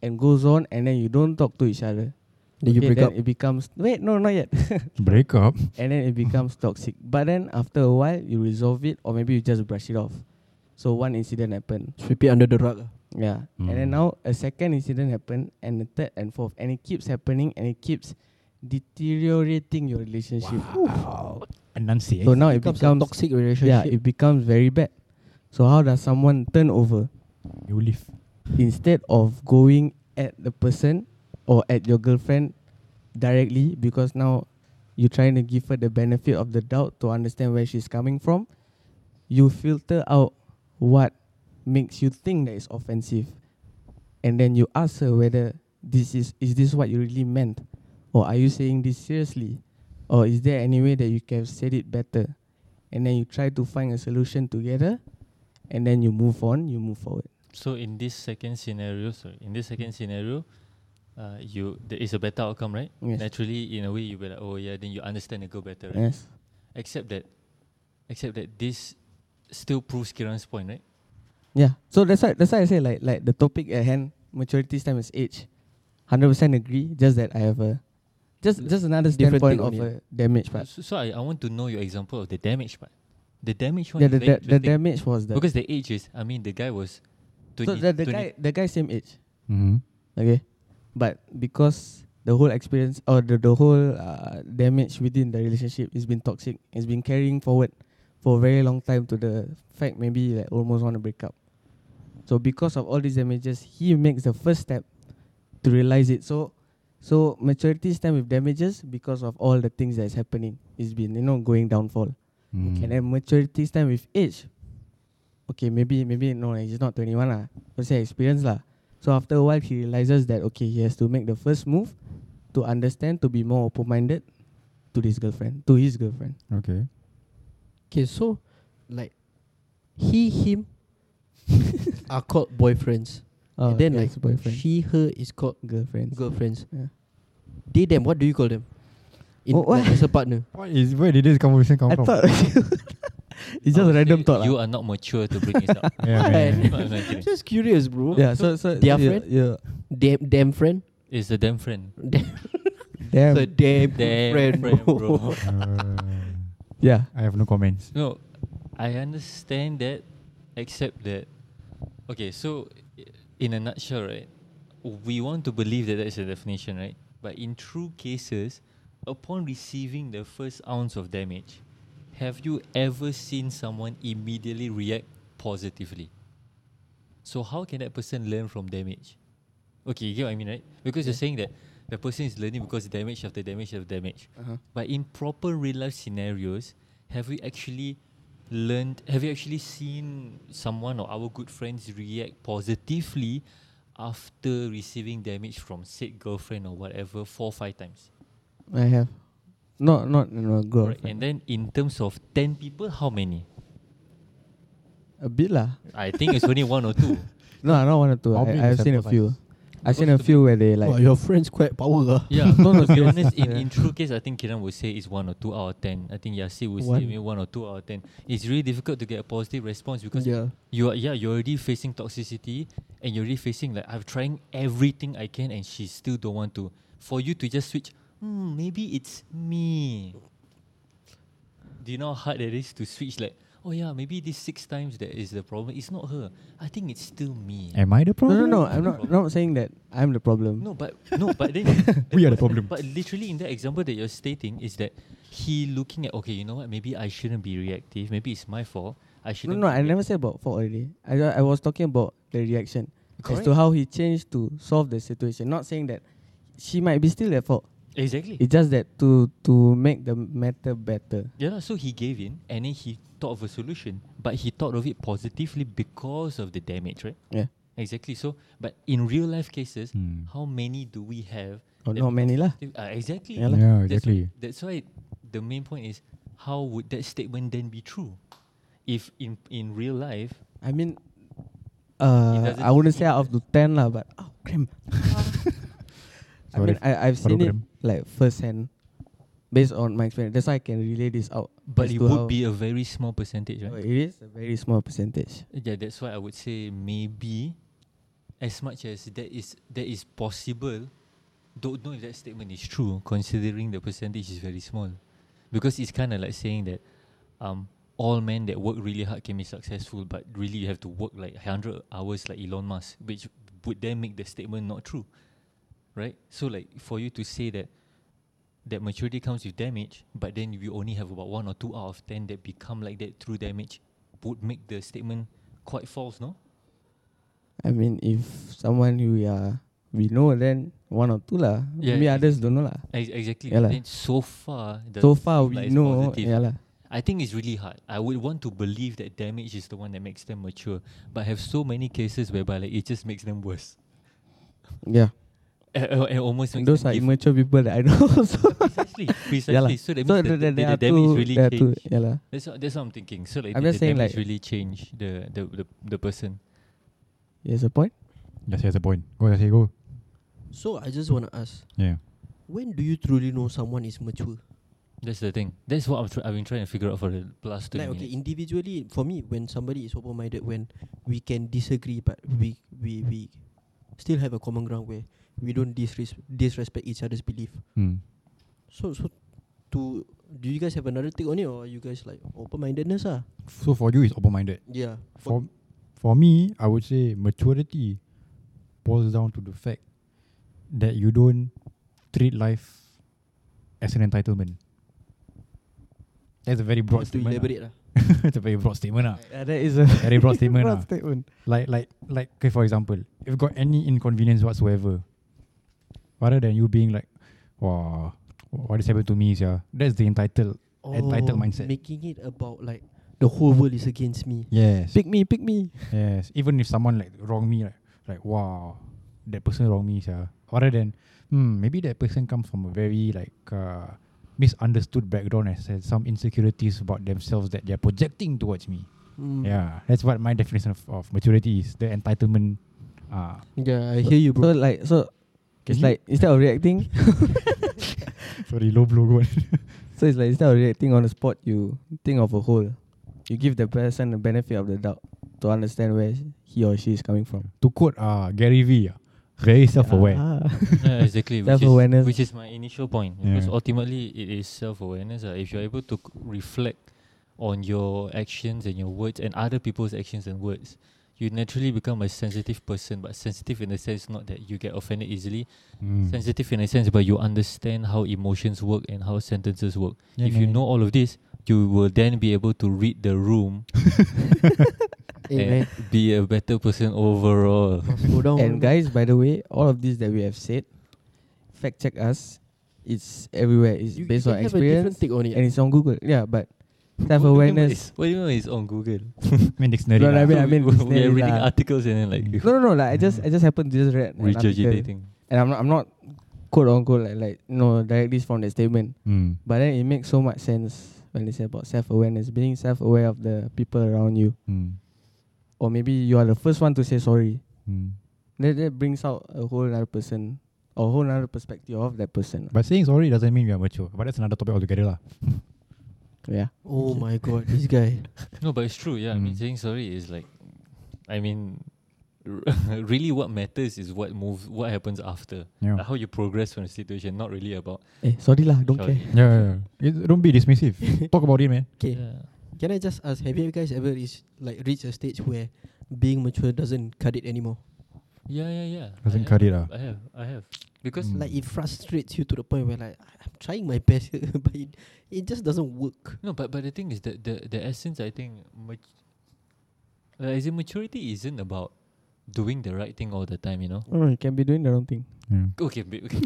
S1: and goes on, and then you don't talk to each other.
S2: Then you
S1: Okay,
S2: break
S1: then
S2: up.
S1: It becomes wait, no, not yet. (laughs)
S3: Break up.
S1: and then it becomes toxic. But then after a while, you resolve it, or maybe you just brush it off. So one incident happened,
S2: Sweep it under the rug. ah.
S1: yeah, and then
S5: Mm.
S1: now a second incident happened, and the third and fourth, and it keeps happening, and it keeps deteriorating your relationship.
S3: Enunciate.
S1: So now it
S2: becomes,
S1: becomes,
S2: a toxic relationship.
S1: yeah, it becomes very bad. So how does someone turn over?
S3: you leave.
S1: instead of going at the person or at your girlfriend directly because now you're trying to give her the benefit of the doubt to understand where she's coming from you filter out what makes you think that it's offensive and then you ask her whether this is is this what you really meant or are you saying this seriously or is there any way that you can have said it better and then you try to find a solution together and then you move on you move forward
S4: So in this second scenario, sorry, in this second scenario, uh, you there is a better outcome, right?
S1: yes
S4: Naturally, in a way, you be like, oh yeah, then you understand the girl better, right?
S1: yes
S4: Except that, except that this still proves Kiran's point, right?
S1: Yeah. So that's why that's why I say like like the topic at hand, maturity time is age. Hundred percent agree. Just that I have a just just another
S2: Different
S1: standpoint
S2: take on
S1: of a damage part.
S4: So, so I, I want to know your example of the damage part. The damage one
S1: Yeah,
S4: is
S1: the,
S4: very
S1: the, the
S4: interesting.
S1: damage was the
S4: because the ages, I mean, the guy was 20,
S1: so the, the
S4: 20
S1: guy the guy same age.
S5: Mm-hmm.
S1: Okay. but because the whole experience or the, the whole uh, damage within the relationship has been toxic, it's been carrying forward for a very long time to the fact maybe like almost want to break up. So because of all these damages, he makes the first step to realize it. So so maturity stem with damages because of all the things that is happening. It's been you know going downfall.
S4: Hmm.
S3: Mm-hmm.
S1: And then maturity stem with age. Okay, maybe maybe no, he's not 21 lah. Let's say experience lah. So after a while, he realizes that okay, he has to make the first move to understand, to be more open-minded to this girlfriend, to his girlfriend.
S3: Okay.
S2: Okay, so like he him (laughs) are called boyfriends.
S1: Oh,
S2: and then
S1: yes,
S2: like
S1: boyfriend,
S2: she her is called
S1: girlfriends.
S2: girlfriends.
S1: Yeah.
S2: They them what do you call them? In,
S1: Oh,
S2: like,
S1: what?
S2: as
S1: (laughs)
S2: a partner.
S3: What is where did this conversation come
S1: I
S3: from?
S1: thought (laughs) it's just
S4: I would
S1: random
S4: say
S1: thought.
S4: Oh,
S1: ah.
S4: You
S1: lah.
S4: are not mature to bring
S1: (laughs)
S4: this up. (laughs)
S2: (laughs)
S3: yeah, man.
S4: No, I'm not kidding.
S2: Just curious, bro.
S1: yeah, so so
S2: Their
S1: yeah,
S2: friend?
S1: Yeah,
S2: Damn, damn
S1: (laughs)
S2: friend.
S4: It's a damn friend.
S2: Damn,
S1: damn.
S2: so damn,
S4: Damn
S2: friend,
S4: friend,
S2: bro.
S4: bro.
S3: Uh,
S1: yeah,
S3: I have no comments.
S4: No, I understand that, except that. Okay, so i- in a nutshell, right, we want to believe that that's the definition, right? But in true cases, upon receiving the first ounce of damage, have you ever seen someone immediately react positively? So how can that person learn from damage? Okay, you get what I mean, right? Because you're saying that the person is learning because damage after damage after damage. But in proper real life scenarios, have we actually learned? Have you actually seen someone or our good friends react positively after receiving damage from said girlfriend or whatever four five times?
S1: I have. Not not no
S4: Right?
S1: girlfriend.
S4: And then in terms of ten people, how many?
S1: a bit lah.
S4: I think it's only one or two.
S1: No, I not one or two.
S3: How big
S1: I, I've
S3: the
S1: seen a
S3: sample
S1: few.
S3: size?
S1: I've seen a
S4: Supposed to
S1: few where they like
S2: Wow, your friends quite power. ah.
S4: Yeah,
S1: No, no,
S4: to be
S1: seriously.
S4: honest, in,
S1: Yeah.
S4: in true case, I think Kiran would say it's one or two out of ten. I think Yasi would
S1: One.
S4: say maybe one or two out of ten. It's really difficult to get a positive response because
S2: Yeah.
S4: you are yeah you're already facing toxicity and you're already facing like I'm trying everything I can and she still don't want to. For you to just switch, hmm, maybe it's me. Do you know how hard it is to switch? Like, oh yeah, maybe this six times that is the problem. It's not her. I think it's still me.
S3: Am I the
S1: No,
S3: problem?
S1: no, no. I'm not not saying that I'm the problem.
S4: No, but no, but
S1: (laughs)
S4: then (laughs)
S3: We are the problem.
S4: But literally, in that example that you're stating, is that he looking at okay, you know what? Maybe I shouldn't be reactive. Maybe it's my fault. I
S1: No,
S4: shouldn't.
S1: no,
S4: be
S1: I never
S4: react-
S1: said about fault already. I I was talking about the reaction as to
S4: Correct.
S1: how he changed to solve the situation. Not saying that she might be still at fault.
S4: exactly.
S1: It's just that to to make the matter better.
S4: yeah, lah, so he gave in and then he thought of a solution, but he thought of it positively because of the damage, right?
S1: Yeah.
S4: Exactly. So, but in real life cases,
S3: Hmm.
S4: how many do we have?
S1: Or
S4: that
S1: not many lah.
S4: positive- Ah, exactly.
S1: Yeah lah.
S3: Yeah,
S4: That's
S3: exactly.
S4: why- That's why, the main point is how would that statement then be true? If in in real life
S1: I mean, uh,
S4: doesn't
S1: I wouldn't say
S4: seem
S1: out of the ten (laughs) lah, but oh,
S4: (laughs)
S1: cram. I
S3: Sorry
S1: mean, I I've
S3: for
S1: seen
S3: the
S1: it
S3: cram.
S1: like firsthand, based on my experience. That's why I can relay this out.
S4: But
S1: as
S4: it
S1: to
S4: would
S1: how-
S4: be a very small percentage,
S1: Oh,
S4: right?
S1: It is a very small percentage.
S4: Yeah, that's why I would say maybe as much as that is that is possible, don't know if that statement is true, considering the percentage is very small. Because it's kinda like saying that um all men that work really hard can be successful, but really you have to work like hundred hours like Elon Musk, which would then make the statement not true. Right? So like for you to say that that maturity comes with damage, but then you only have about one or two out of ten that become like that through damage, would make the statement quite false, no?
S1: I mean, if someone who we are we know, then one or two lah.
S4: Yeah,
S1: Maybe
S4: yeah.
S1: others don't know lah.
S4: Ex- exactly.
S1: Yeah lah.
S4: Then so far, the
S1: So far
S4: feedback
S1: we
S4: is
S1: know,
S4: positive.
S1: yeah lah.
S4: I think it's really hard. I would want to believe that damage is the one that makes them mature, but I have so many cases whereby like it just makes them worse. (laughs)
S1: Yeah,
S4: Eh, eh, eh, almost
S1: and
S4: makes
S1: those
S4: them
S1: are
S4: give-
S1: immature people that I know. (laughs) also.
S4: (laughs)
S1: (laughs)
S4: precisely, precisely. So that means
S1: so
S4: the,
S1: there,
S4: the,
S1: there
S4: the
S1: are
S4: damage
S1: two,
S4: really
S1: there are two,
S4: changed.
S1: yeah lah.
S4: That's what, that's what I'm thinking. So like
S1: I'm
S4: did
S1: just
S4: the
S1: saying,
S4: damage
S1: like-
S4: really change the the, the the person.
S1: Yes, a point.
S3: Just here's the point. Go, just go.
S2: So I just wanna ask,
S3: Yeah.
S2: when do you truly know someone is mature?
S4: That's the thing. That's what I'm try- I've been trying to figure out for the last two
S2: Like okay,
S4: minutes.
S2: individually for me, when somebody is open minded, when we can disagree but we we we still have a common ground where we don't disres- disrespect each other's belief.
S3: Hmm.
S2: So so to do you guys have another take on it or you guys like open mindedness ah?
S3: So for you, it's open-minded.
S2: Yeah.
S3: For for me, I would say maturity boils down to the fact that you don't treat life as an entitlement. That's a very broad
S2: Just to
S3: statement. ah. (laughs)
S2: elaborate lah.
S3: it's a very broad statement. Ah.
S1: Uh, that is a
S3: (laughs) Very broad statement.
S1: (laughs) broad
S3: ah.
S1: statement.
S3: Like like like okay, for example, if you got any inconvenience whatsoever, rather than you being like, wow, what has happened to me, yeah. That's the entitled.
S2: Oh.
S3: Entitled mindset.
S2: ah. Making it about like the whole world is against me.
S3: Yes.
S1: Pick me, pick me.
S3: Yes. Even if someone like wrong me, like like wow, that person wrong me, yeah. Rather than hmm, maybe that person comes from a very like uh, misunderstood background and has some insecurities about themselves that they're projecting towards me.
S2: Mm.
S3: Yeah, that's what my definition of, of maturity is. The entitlement. Uh,
S2: Yeah, I hear you,
S1: So
S2: bro.
S1: like so it's
S3: you-
S1: like instead of reacting (laughs)
S3: sorry, low blow (laughs) go on.
S1: so it's like instead of reacting on the spot you think of a whole. You give the person the benefit of the doubt to understand where he or she is coming from.
S3: to quote uh, Gary Vee, ah, very self-aware.
S1: Ah.
S4: yeah, exactly. Which
S1: Self-awareness.
S4: is, which is my initial point. Because
S3: Yeah.
S4: ultimately, it is self awareness. Uh. If you're able to c- reflect on your actions and your words and other people's actions and words, you naturally become a sensitive person. But sensitive in the sense not that you get offended easily,
S3: Mm.
S4: sensitive in a sense, but you understand how emotions work and how sentences work.
S3: Yeah,
S4: if
S3: yeah,
S4: you
S3: yeah. (laughs)
S4: know all of this, you will then be able to read the room
S2: hey, man.
S4: and be a better person overall.
S2: Must Slow down.
S1: And guys, by the way, all of this that we have said, fact check us. It's everywhere. It's
S2: you,
S1: based
S2: you
S1: on
S2: can have a different
S1: experience
S2: take on it.
S1: and it's on Google. Yeah, but self awareness.
S4: What do you mean it's on Google?
S3: Main dictionary.
S1: No,
S3: lah.
S1: I mean, I mean,
S4: we, we are
S1: dictionary
S4: reading
S1: lah.
S4: articles and then
S3: Hmm.
S4: like
S1: No, no, no. Like I
S2: Mm.
S1: just, I just happened to just read an article.
S4: regurgitating.
S1: and I'm not, I'm not quote unquote like, like no directly from the statement.
S3: Mm.
S1: But then it makes so much sense when they say about self awareness, being self aware of the people around you,
S3: Mm.
S1: or maybe you are the first one to say sorry.
S3: Mm.
S1: That that brings out a whole another person, or a whole another perspective of that person.
S3: But saying sorry doesn't mean you are mature. But that's another topic altogether, lah.
S1: Yeah.
S2: Oh
S1: (laughs)
S2: my god, this guy.
S4: No, but it's true. Yeah, I mean,
S3: Mm.
S4: saying sorry is like, I mean, (laughs) really, what matters is what moves, what happens after,
S3: Yeah.
S4: like how you progress from the situation. Not really about.
S1: Eh, sorry lah, don't
S4: sorry.
S1: care.
S3: Yeah, yeah, yeah. It- don't be dismissive. Talk about it, man.
S2: Okay,
S4: Yeah.
S2: can I just ask, have you guys ever reached like reached a stage where being mature doesn't cut it anymore?
S4: yeah, yeah, yeah. I
S3: Doesn't
S4: have,
S3: cut it, ah.
S4: I have, I have, because
S1: Hmm.
S3: Mm.
S2: Like it frustrates you to the point where like I- I'm trying my best, (laughs) but it, it just doesn't work.
S4: no, but but the thing is that the the essence, I think, mat- like, is in maturity isn't about doing the right thing all the time. You know.
S1: No, no, Oh, you can be doing the wrong thing.
S3: Yeah.
S4: Okay, may-
S1: (laughs)
S4: okay.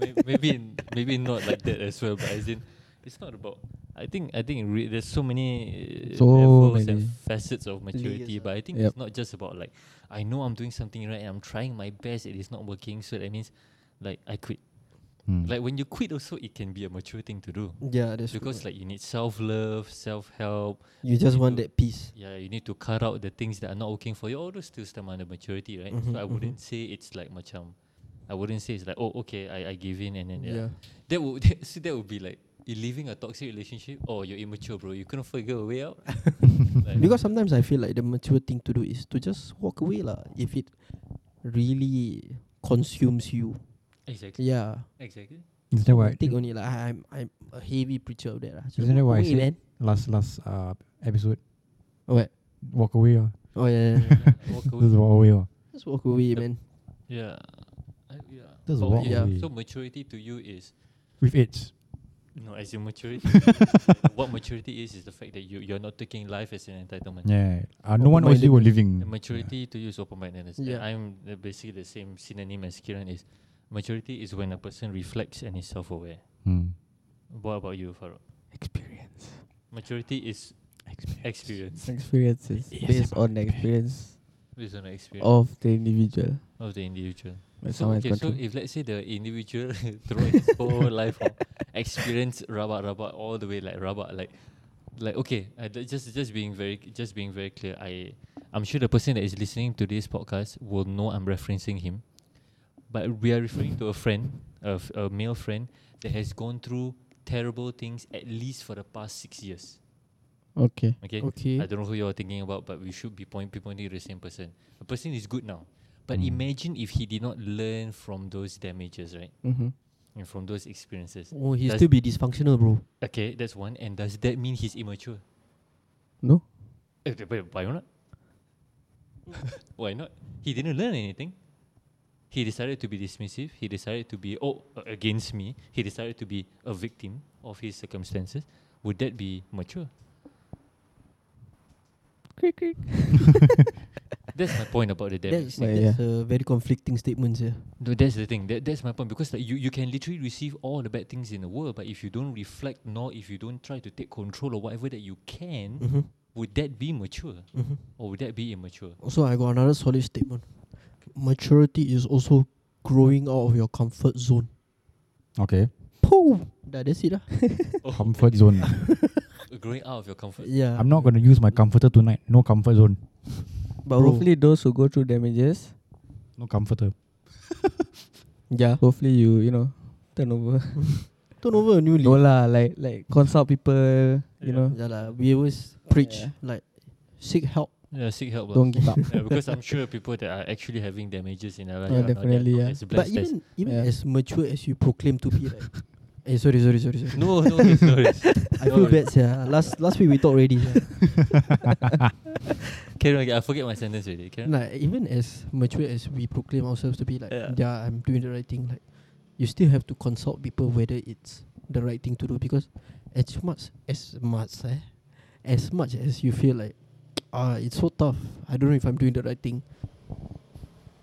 S4: May- maybe in- maybe not like that as well, but as in, it's not about. I think I think re- there's so many uh,
S1: So
S4: levels
S1: many.
S4: and facets of maturity,
S2: Layers,
S4: but I think
S1: Yep.
S4: it's not just about like I know I'm doing something right and I'm trying my best. It is not working, so that means like I quit.
S3: Mm.
S4: Like when you quit, also it can be a mature thing to do
S2: Yeah, that's
S4: because like you need self love, self help.
S2: you just
S4: you
S2: want
S4: do-
S2: that peace.
S4: Yeah, you need to cut out the things that are not working for you. All those still stem under maturity, right?
S2: Mhm,
S4: so I
S2: mhm.
S4: wouldn't say it's like macam. I wouldn't say it's like oh okay I, I give in and then yeah.
S2: Yeah.
S4: That would (laughs) that, see, that would be like you leaving a toxic relationship. Oh, you're immature, bro. You couldn't figure a
S2: (laughs)
S4: way out. Like,
S2: Because sometimes I feel like the mature thing to do is to just walk away lah if it really consumes you.
S4: exactly,
S2: Yeah.
S4: exactly.
S3: Isn't that why?
S2: Take on it like I- I'm I'm a heavy preacher of that. lah. Just
S3: Isn't that
S2: walk
S3: why I
S2: away,
S3: said-
S2: man.
S3: Last last uh, episode,
S2: What?
S3: walk away. Uh.
S2: Oh yeah. yeah,
S3: (laughs)
S2: yeah.
S4: walk
S2: (laughs)
S4: away.
S3: Just walk away. Uh.
S2: Just walk away,
S4: Yep.
S2: man.
S4: Yeah. I, yeah.
S3: Just
S4: But
S3: walk
S4: yeah,
S3: away.
S4: So maturity to you is
S3: With AIDS.
S4: no, as in
S2: (laughs)
S4: maturity. like, what maturity is is the fact that you you're not taking life as an entitlement.
S3: Yeah. Uh, no one owes
S2: Open-minded.
S3: you a
S4: The
S3: living.
S4: maturity to you is open mindedness.
S2: Yeah.
S4: I'm uh, basically the same synonym as Kiran is. Maturity is when a person reflects and is self aware.
S3: Mm.
S4: What about you, Farooq?
S1: Experience.
S4: Maturity is
S1: (laughs)
S4: experience.
S1: Experiences
S3: Yes,
S1: based on the experience
S4: Based on experience.
S1: of the individual.
S4: of the individual.
S1: That
S4: So,
S1: someone has
S4: okay, so
S1: control.
S4: if let's say the individual (laughs) throughout his whole
S1: (laughs)
S4: life hor, experience rabak rabak all the way like rabak like like okay uh, th- just just being very just being very clear I I'm sure the person that is listening to this podcast will know I'm referencing him, but we are referring to a friend of a male friend that has gone through terrible things at least for the past six years.
S1: Okay.
S4: Okay.
S2: Okay.
S4: I don't know who you're thinking about, but we should be point, be pointing to the same person. A person is good now. But
S3: Mm.
S4: imagine if he did not learn from those damages, right?
S1: Mm-hmm.
S4: And from those experiences.
S2: Oh, he
S4: Does-
S2: still be dysfunctional, bro.
S4: Okay, that's one. And does that mean he's immature?
S1: No.
S4: Eh, but Why not? Why not? He didn't learn anything. He decided to be dismissive. He decided to be oh a- against me. He decided to be a victim of his circumstances. Would that be mature?
S2: Quick, quick.
S4: That's my point about the damage.
S2: That's,
S1: Yeah,
S2: that's a very conflicting statement here.
S4: No, that's the thing. That, that's my point because like you, you can literally receive all the bad things in the world, but if you don't reflect nor if you don't try to take control or whatever that you can,
S2: Mhm,
S4: Hmm? would Oh. that be mature
S2: mhm.
S4: or would that be immature?
S2: Also, I got another solid statement. Maturity is also growing out of your comfort zone.
S4: (laughs)
S3: Okay.
S2: Pooh. Dah, that's it ah. lah.
S3: Comfort zone.
S4: Growing out of your comfort.
S2: Yeah.
S3: I'm not gonna use my comforter tonight. No comfort zone.
S1: But
S2: Bro.
S1: hopefully those who go through damages,
S3: No comforter.
S2: Yeah.
S1: hopefully you you know turn over. (laughs)
S2: Turn over a new leaf.
S1: no lah, like like consult people. You
S4: Yeah.
S1: know,
S2: Yeah, lah. We always preach
S1: Yeah.
S2: like seek help.
S4: Yeah, seek help. lah.
S1: don't give up.
S2: (laughs)
S4: Yeah, because I'm sure people that are actually having damages in their life
S1: Yeah,
S4: are not that-
S1: definitely,
S4: not
S1: yeah.
S4: as
S2: Oh, But
S4: blessed as-
S2: even even
S1: Yeah.
S2: as mature as you proclaim to be, like, (laughs) eh, sorry, sorry, sorry, sorry.
S4: (laughs) no, no, worries, no.
S2: (laughs)
S4: worries.
S2: I feel bad, yeah. Last last week we talked already. sia.
S4: Carry on, I forget my sentence already. Carry
S2: (laughs)
S4: on.
S2: Like even as mature as we proclaim ourselves to be, like yeah.
S4: Yeah.
S2: I'm doing the right thing. Like you still have to consult people whether it's the right thing to do because as much as much eh, as much as you feel like ah it's so tough. I don't know if I'm doing the right thing.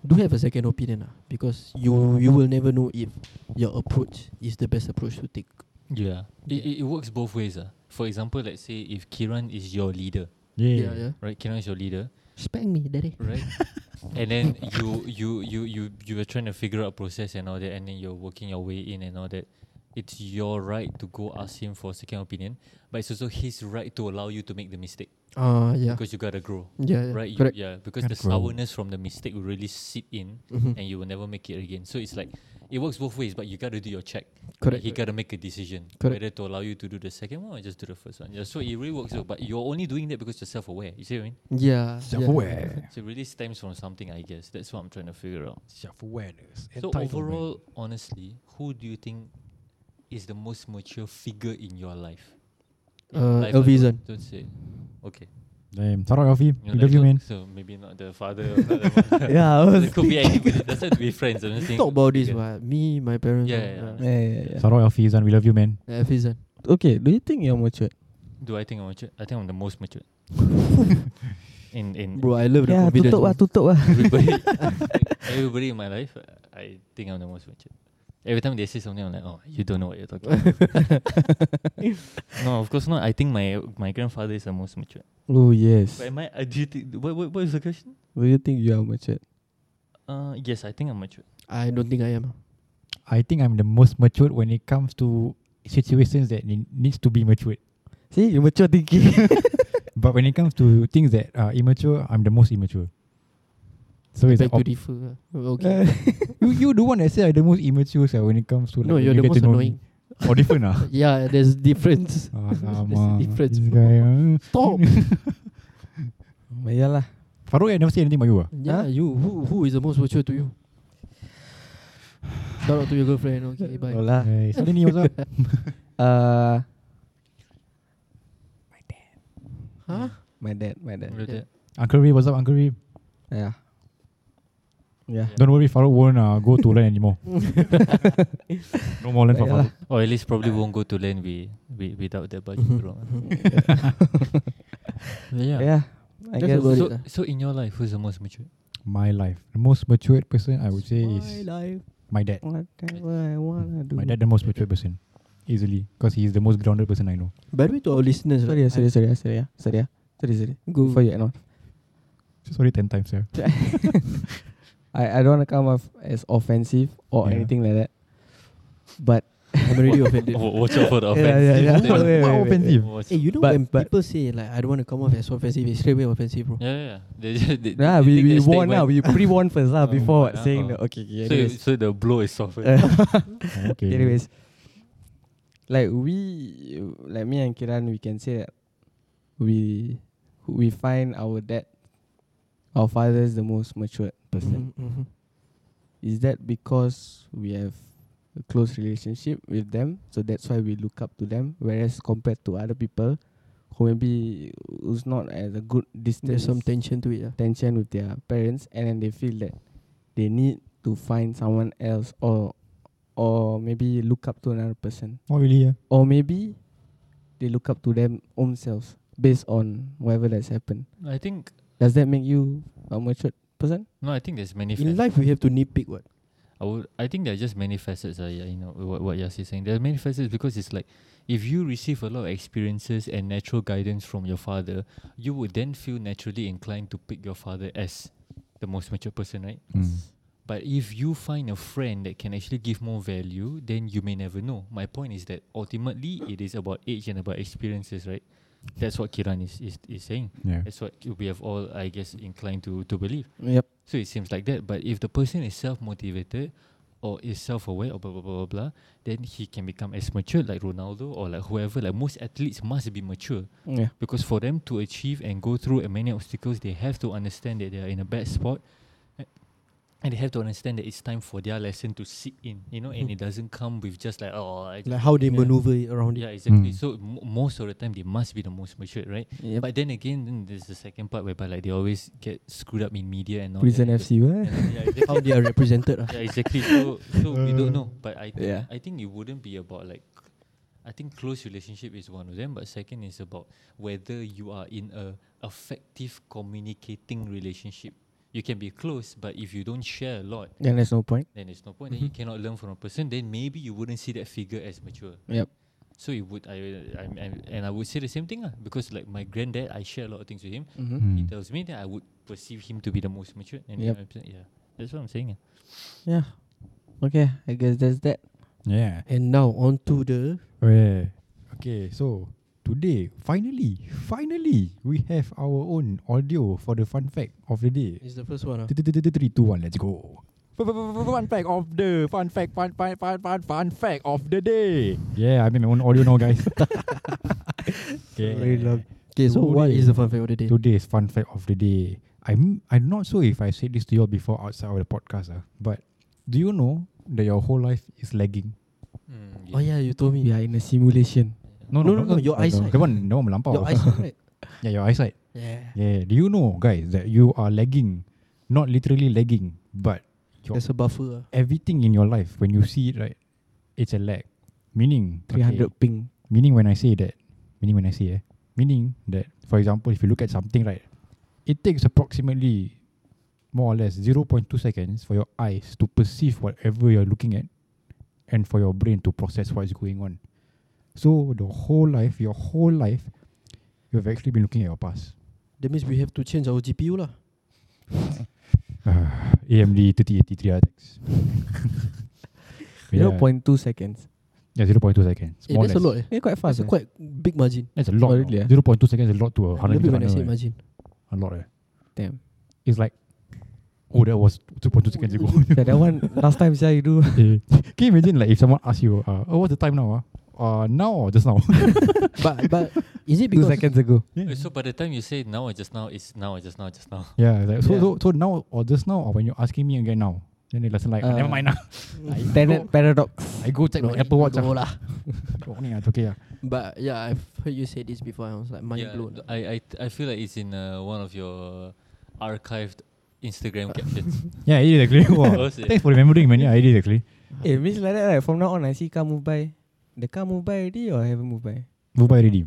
S2: Do have a second opinion ah, because you you will never know if your approach is the best approach to take.
S4: Yeah, It,
S2: Yeah.
S4: it, it works both ways. Uh. For example, let's say if Kiran is your leader,
S2: Yeah, yeah.
S4: right? Kiran is your leader,
S2: Spank me, daddy. (laughs)
S4: right? and then you you you you you were trying to figure out process and all that, and then you're working your way in and all that. It's your right to go ask him for second opinion, but it's also his right to allow you to make the mistake
S2: Ah, yeah.
S4: because you gotta grow,
S2: yeah, yeah,
S4: right? You-
S2: correct.
S4: yeah, because
S3: Gotta
S4: the
S3: grow.
S4: sourness from the mistake will really sit in,
S2: Mhm.
S4: and you will never make it again. So it's like it works both ways, but you gotta do your check.
S2: Correct.
S4: He gotta make a decision
S2: Correct.
S4: whether to allow you to do the second one or just do the first one. Yeah, so it really works out, but you're only doing that because you're self-aware. You see what I mean?
S2: Yeah.
S3: Self-aware.
S4: So it really stems from something, I guess. That's what I'm trying to figure out.
S3: Self-awareness.
S4: So overall, honestly, who do you think is the most mature figure in your life? In
S2: Uh,
S4: life alone,
S2: Elvison.
S4: Don't say. Okay.
S3: Damn. Shout out Alfie.
S4: You know,
S3: We
S4: like,
S3: love you,
S4: so-
S3: man.
S4: So maybe not the father. Of
S1: (laughs)
S4: the
S1: yeah, I was
S4: it could be anybody. Doesn't have to be friends. I'm just
S2: We
S4: saying.
S2: talk about this, but
S4: figure.
S2: me, my parents.
S4: Yeah,
S2: uh,
S4: yeah, yeah.
S2: uh,
S1: Yeah, yeah, yeah.
S3: Shout out Alfie, Zan. We love you, man.
S2: Yeah, Fizan.
S1: (laughs) Okay, do you think you're mature?
S4: Do I think I'm mature? I think I'm the most
S1: (laughs)
S4: mature. in in
S2: Bro, I love the
S1: yeah,
S2: confidence.
S1: tutup lah,
S2: bro.
S1: tutup lah.
S2: (laughs)
S4: everybody, (laughs) everybody in my life, uh, I think I'm the most mature. Every time they say something, I'm like, oh, you don't know what you're talking about.
S2: (laughs)
S4: no, of course not. I think my my grandfather is the most mature.
S1: Oh yes.
S4: But am I? Uh, do you think? What, what, what is the question?
S1: Do you think you are mature?
S4: Uh, yes, I think I'm mature.
S2: I don't think I am.
S3: I think I'm the most matured when it comes to situations that ne- needs to be matured.
S1: See, you mature
S2: (laughs)
S1: thinking.
S3: But when it comes to things that are immature, I'm the most immature. So it's like
S2: Back to
S3: op-
S2: differ. uh, Okay.
S3: you you the one that say I the most immature sia, when it comes to like
S2: no,
S3: when
S2: you're
S3: you
S2: the
S3: get
S2: most
S3: to know me.
S2: annoying.
S3: Or different
S2: (laughs)
S3: ah.
S2: Yeah, there's difference.
S3: Alamak,
S2: difference,
S3: this
S2: bro.
S3: guy, ah.
S2: Stop.
S1: but yeah lah.
S3: (laughs) Farouk I never say anything about you ah.
S2: yeah, you. Who who is the most mature to you? Shout out to your girlfriend. Okay, bye.
S1: No lah.
S3: Hey, suddenly what's
S2: (laughs)
S3: up?
S1: Uh,
S2: Huh?
S1: my dad, my dad.
S4: With
S2: Yeah.
S4: that.
S3: Uncle Ray, what's up, Uncle Ray?
S1: Yeah. Yeah.
S4: Yeah.
S3: Don't worry, Farouk won't uh, go to land anymore. no more land for Farouk.
S4: Or at
S1: Uh,
S4: least probably won't go to land we, we, without the budget. bro.
S1: Mm-hmm. (laughs) Yeah.
S4: yeah.
S1: I
S2: That's
S1: guess
S2: about it
S4: So,
S2: lah.
S4: so in your life, who's the most mature?
S3: My life. The most matured person I would
S2: (laughs)
S3: say
S2: My
S3: is
S2: life.
S3: my dad.
S1: whatever I wanna do.
S3: My dad the most matured person. Easily. Because he is the most grounded person I know.
S2: By the way, to our listeners,
S1: Sorry,
S2: right,
S1: sorry, sorry, sorry, sorry, sorry, ah. sorry, sorry.
S2: Go.
S1: Before you end on,
S3: Sorry ten times, yeah.
S1: I I don't wanna come off as offensive or
S3: Yeah.
S1: anything like that. But
S2: I'm already
S1: (laughs)
S4: (laughs)
S2: offended.
S4: Wa- Watch out for
S1: yeah,
S4: the offense.
S1: yeah, yeah. Wait,
S3: What-
S1: wait,
S3: what
S1: wait.
S3: offensive?
S4: Watch-
S2: Hey, you know
S1: But-
S2: when
S1: but-
S2: people say like I don't want to come off as offensive, it's straight away offensive, bro.
S4: Yeah, yeah, yeah. They just, they,
S1: Nah,
S4: they
S1: we
S4: take
S1: we
S4: that
S1: warn
S4: statement.
S1: lah. We pre warn first lah
S4: Oh,
S1: before
S4: but, uh,
S1: saying
S4: oh.
S1: the okay. okay,
S4: So,
S1: anyways.
S4: so the blow is softened.
S3: Okay.
S1: Anyways, like we, like me and Kiran, we can say that we we find our dad, our father is the most matured person.
S2: Mhm, mhm.
S1: Is that because we have a close relationship with them, so that's why we look up to them? Whereas compared to other people, who maybe who's not at a good
S2: There's
S1: distance,
S2: some tension to it. Yeah.
S1: tension with their parents, and then they feel that they need to find someone else or or maybe look up to another person
S3: Not really, yeah.
S1: or maybe they look up to them own selves based on whatever that's happened.
S4: I think
S1: Does that make you a matured person?
S4: no. I think there's many.
S2: In
S4: fac-
S2: life, we have to nitpick what.
S4: I would. I think there are just many facets. Uh, yeah, you know what what Yasi is saying. There are many facets because it's like if you receive a lot of experiences and natural guidance from your father, you would then feel naturally inclined to pick your father as the most mature person, right?
S3: Mm.
S4: But if you find a friend that can actually give more value, then you may never know. My point is that ultimately it is about age and about experiences, right? That's what Kiran is, is, is saying.
S3: Yeah.
S4: That's what we have all, I guess, inclined to, to believe.
S1: Yep.
S4: So it seems like that. But if the person is self motivated or is self aware or blah blah blah blah blah, then he can become as mature like Ronaldo or like whoever. Like most athletes must be mature
S1: Yeah.
S4: because for them to achieve and go through uh, many obstacles, they have to understand that they are in a bad spot, eh, and they have to understand that it's time for their lesson to sit in. You know,
S1: Hmm.
S4: and
S2: Mm.
S4: it doesn't come with just like oh, I
S2: Like how they
S4: Yeah.
S2: maneuver it around
S4: yeah,
S2: it.
S4: exactly.
S3: Mm.
S4: So mo most of the time they must be the most mature, right?
S1: Yep.
S4: But then again, then there's the second part whereby like they always get screwed up in media and all
S1: Prison
S4: that.
S1: FC, (laughs)
S4: And,
S1: where?
S4: then, yeah, exactly.
S2: How they are
S1: (laughs)
S2: represented. ah.
S4: yeah, exactly. So, so we don't know. But I, think,
S1: Yeah.
S4: I think it wouldn't be about like, I think close relationship is one of them. But second is about whether you are in a effective communicating relationship. You can be close, but if you don't share a lot,
S1: Then there's no point.
S4: then there's no point. Then you cannot learn from a person. Then maybe you wouldn't see that figure as mature.
S1: Yep.
S4: So it would I, I, I and I would say the same thing ah, because like my granddad, I share a lot of things with him.
S1: Mm-hmm.
S3: Mm.
S4: He tells me that I would perceive him to be the most mature. And
S1: Yep.
S4: yeah, that's what I'm saying. ah.
S1: Yeah. Okay, I guess that's that.
S3: Yeah.
S2: And now on to the
S3: Yeah. Okay, so today, finally, finally, we have our own audio for the fun fact of the day.
S2: is the first one. ah.
S3: Three, two, one, let's go. Fun fact of the fun fact, fun, fun, fun, fun, fun fact of the day. Yeah, I made my own audio now, guys. okay.
S2: Very long. Okay, so what
S3: Today.
S2: is the fun fact of the day?
S3: Today's fun fact of the day. I'm I'm not sure if I said this to you all before outside of the podcast, ah, but do you know that your whole life is lagging?
S4: Mm,
S2: Oh yeah, you told
S1: We
S2: me.
S1: are in a simulation. Oh.
S2: No, no,
S3: not-
S2: no,
S3: not-
S2: your eyesight.
S3: That one, that one melampau.
S2: Your eyesight,
S1: (laughs)
S2: right?
S3: yeah, your eyesight.
S2: Yeah.
S3: Yeah, do you know, guys, that you are lagging, not literally lagging, but your
S2: There's a buffer. ah.
S3: everything in your life when you see it, right, it's a lag. Meaning, okay,
S1: 300 ping.
S3: meaning when I say that, meaning when I say, eh, meaning that, for example, if you look at something, right, it takes approximately more or less 0.2 seconds for your eyes to perceive whatever you're looking at and for your brain to process what is going on. So, the whole life, your whole life, you've actually been looking at your past. (sighs)
S2: That means we have to change our GPU lah.
S3: Ah, AMD 3083
S2: (laughs)
S3: RX.
S1: Yeah. 0.2 seconds.
S3: yeah, 0.2 seconds.
S2: Eh,
S3: More or
S2: that's a
S3: less.
S2: lot. Eh.
S1: Yeah, Oh, quite
S2: That's
S1: fast.
S2: a quite big margin.
S3: That's a lot.
S1: Oh,
S3: you
S1: really,
S3: know.
S1: ah?
S3: 0.2 seconds is a lot to a
S2: I love
S3: 100
S2: it
S3: meter
S2: when I
S3: runner.
S2: say
S3: right?
S2: margin.
S3: A lot. eh.
S1: Damn.
S3: It's like, oh, that was 2.2 seconds
S1: (laughs)
S3: ago. (laughs)
S1: yeah, that one, last time saya you (laughs) do.
S3: Eh, Can you imagine like if someone asks you, uh, oh, what's the time now? ah? Uh, now or just now?
S2: but but is
S1: (laughs)
S2: it
S1: Two
S2: because
S1: seconds ago.
S3: (laughs) yeah.
S4: Uh, So by the time you say now or just now, it's now or just now, just now.
S3: yeah, it's like, so,
S2: Yeah.
S3: so, so now or just now or when you're asking me again now? Then they listen like, "Ah, (laughs)
S1: Uh,
S3: never mind now.
S1: Tenet paradox.
S3: I go check my Apple Watch.
S2: No
S3: ah. (laughs)
S2: lah.
S3: Oh, ni ah, it's okay. ah.
S2: But yeah, I've heard you say this before. I was like mind
S4: yeah,
S2: blown.
S4: (laughs) I, I th- I feel like it's in uh, one of your archived
S1: (laughs)
S4: Instagram captions.
S3: Yeah, it is actually. (laughs) Wow.
S4: Was it?
S3: Thanks for remembering, man. Yeah, it is actually.
S1: Eh, means like that right? From now on, I see car move by. The car move by already or haven't move by?
S3: Move by already.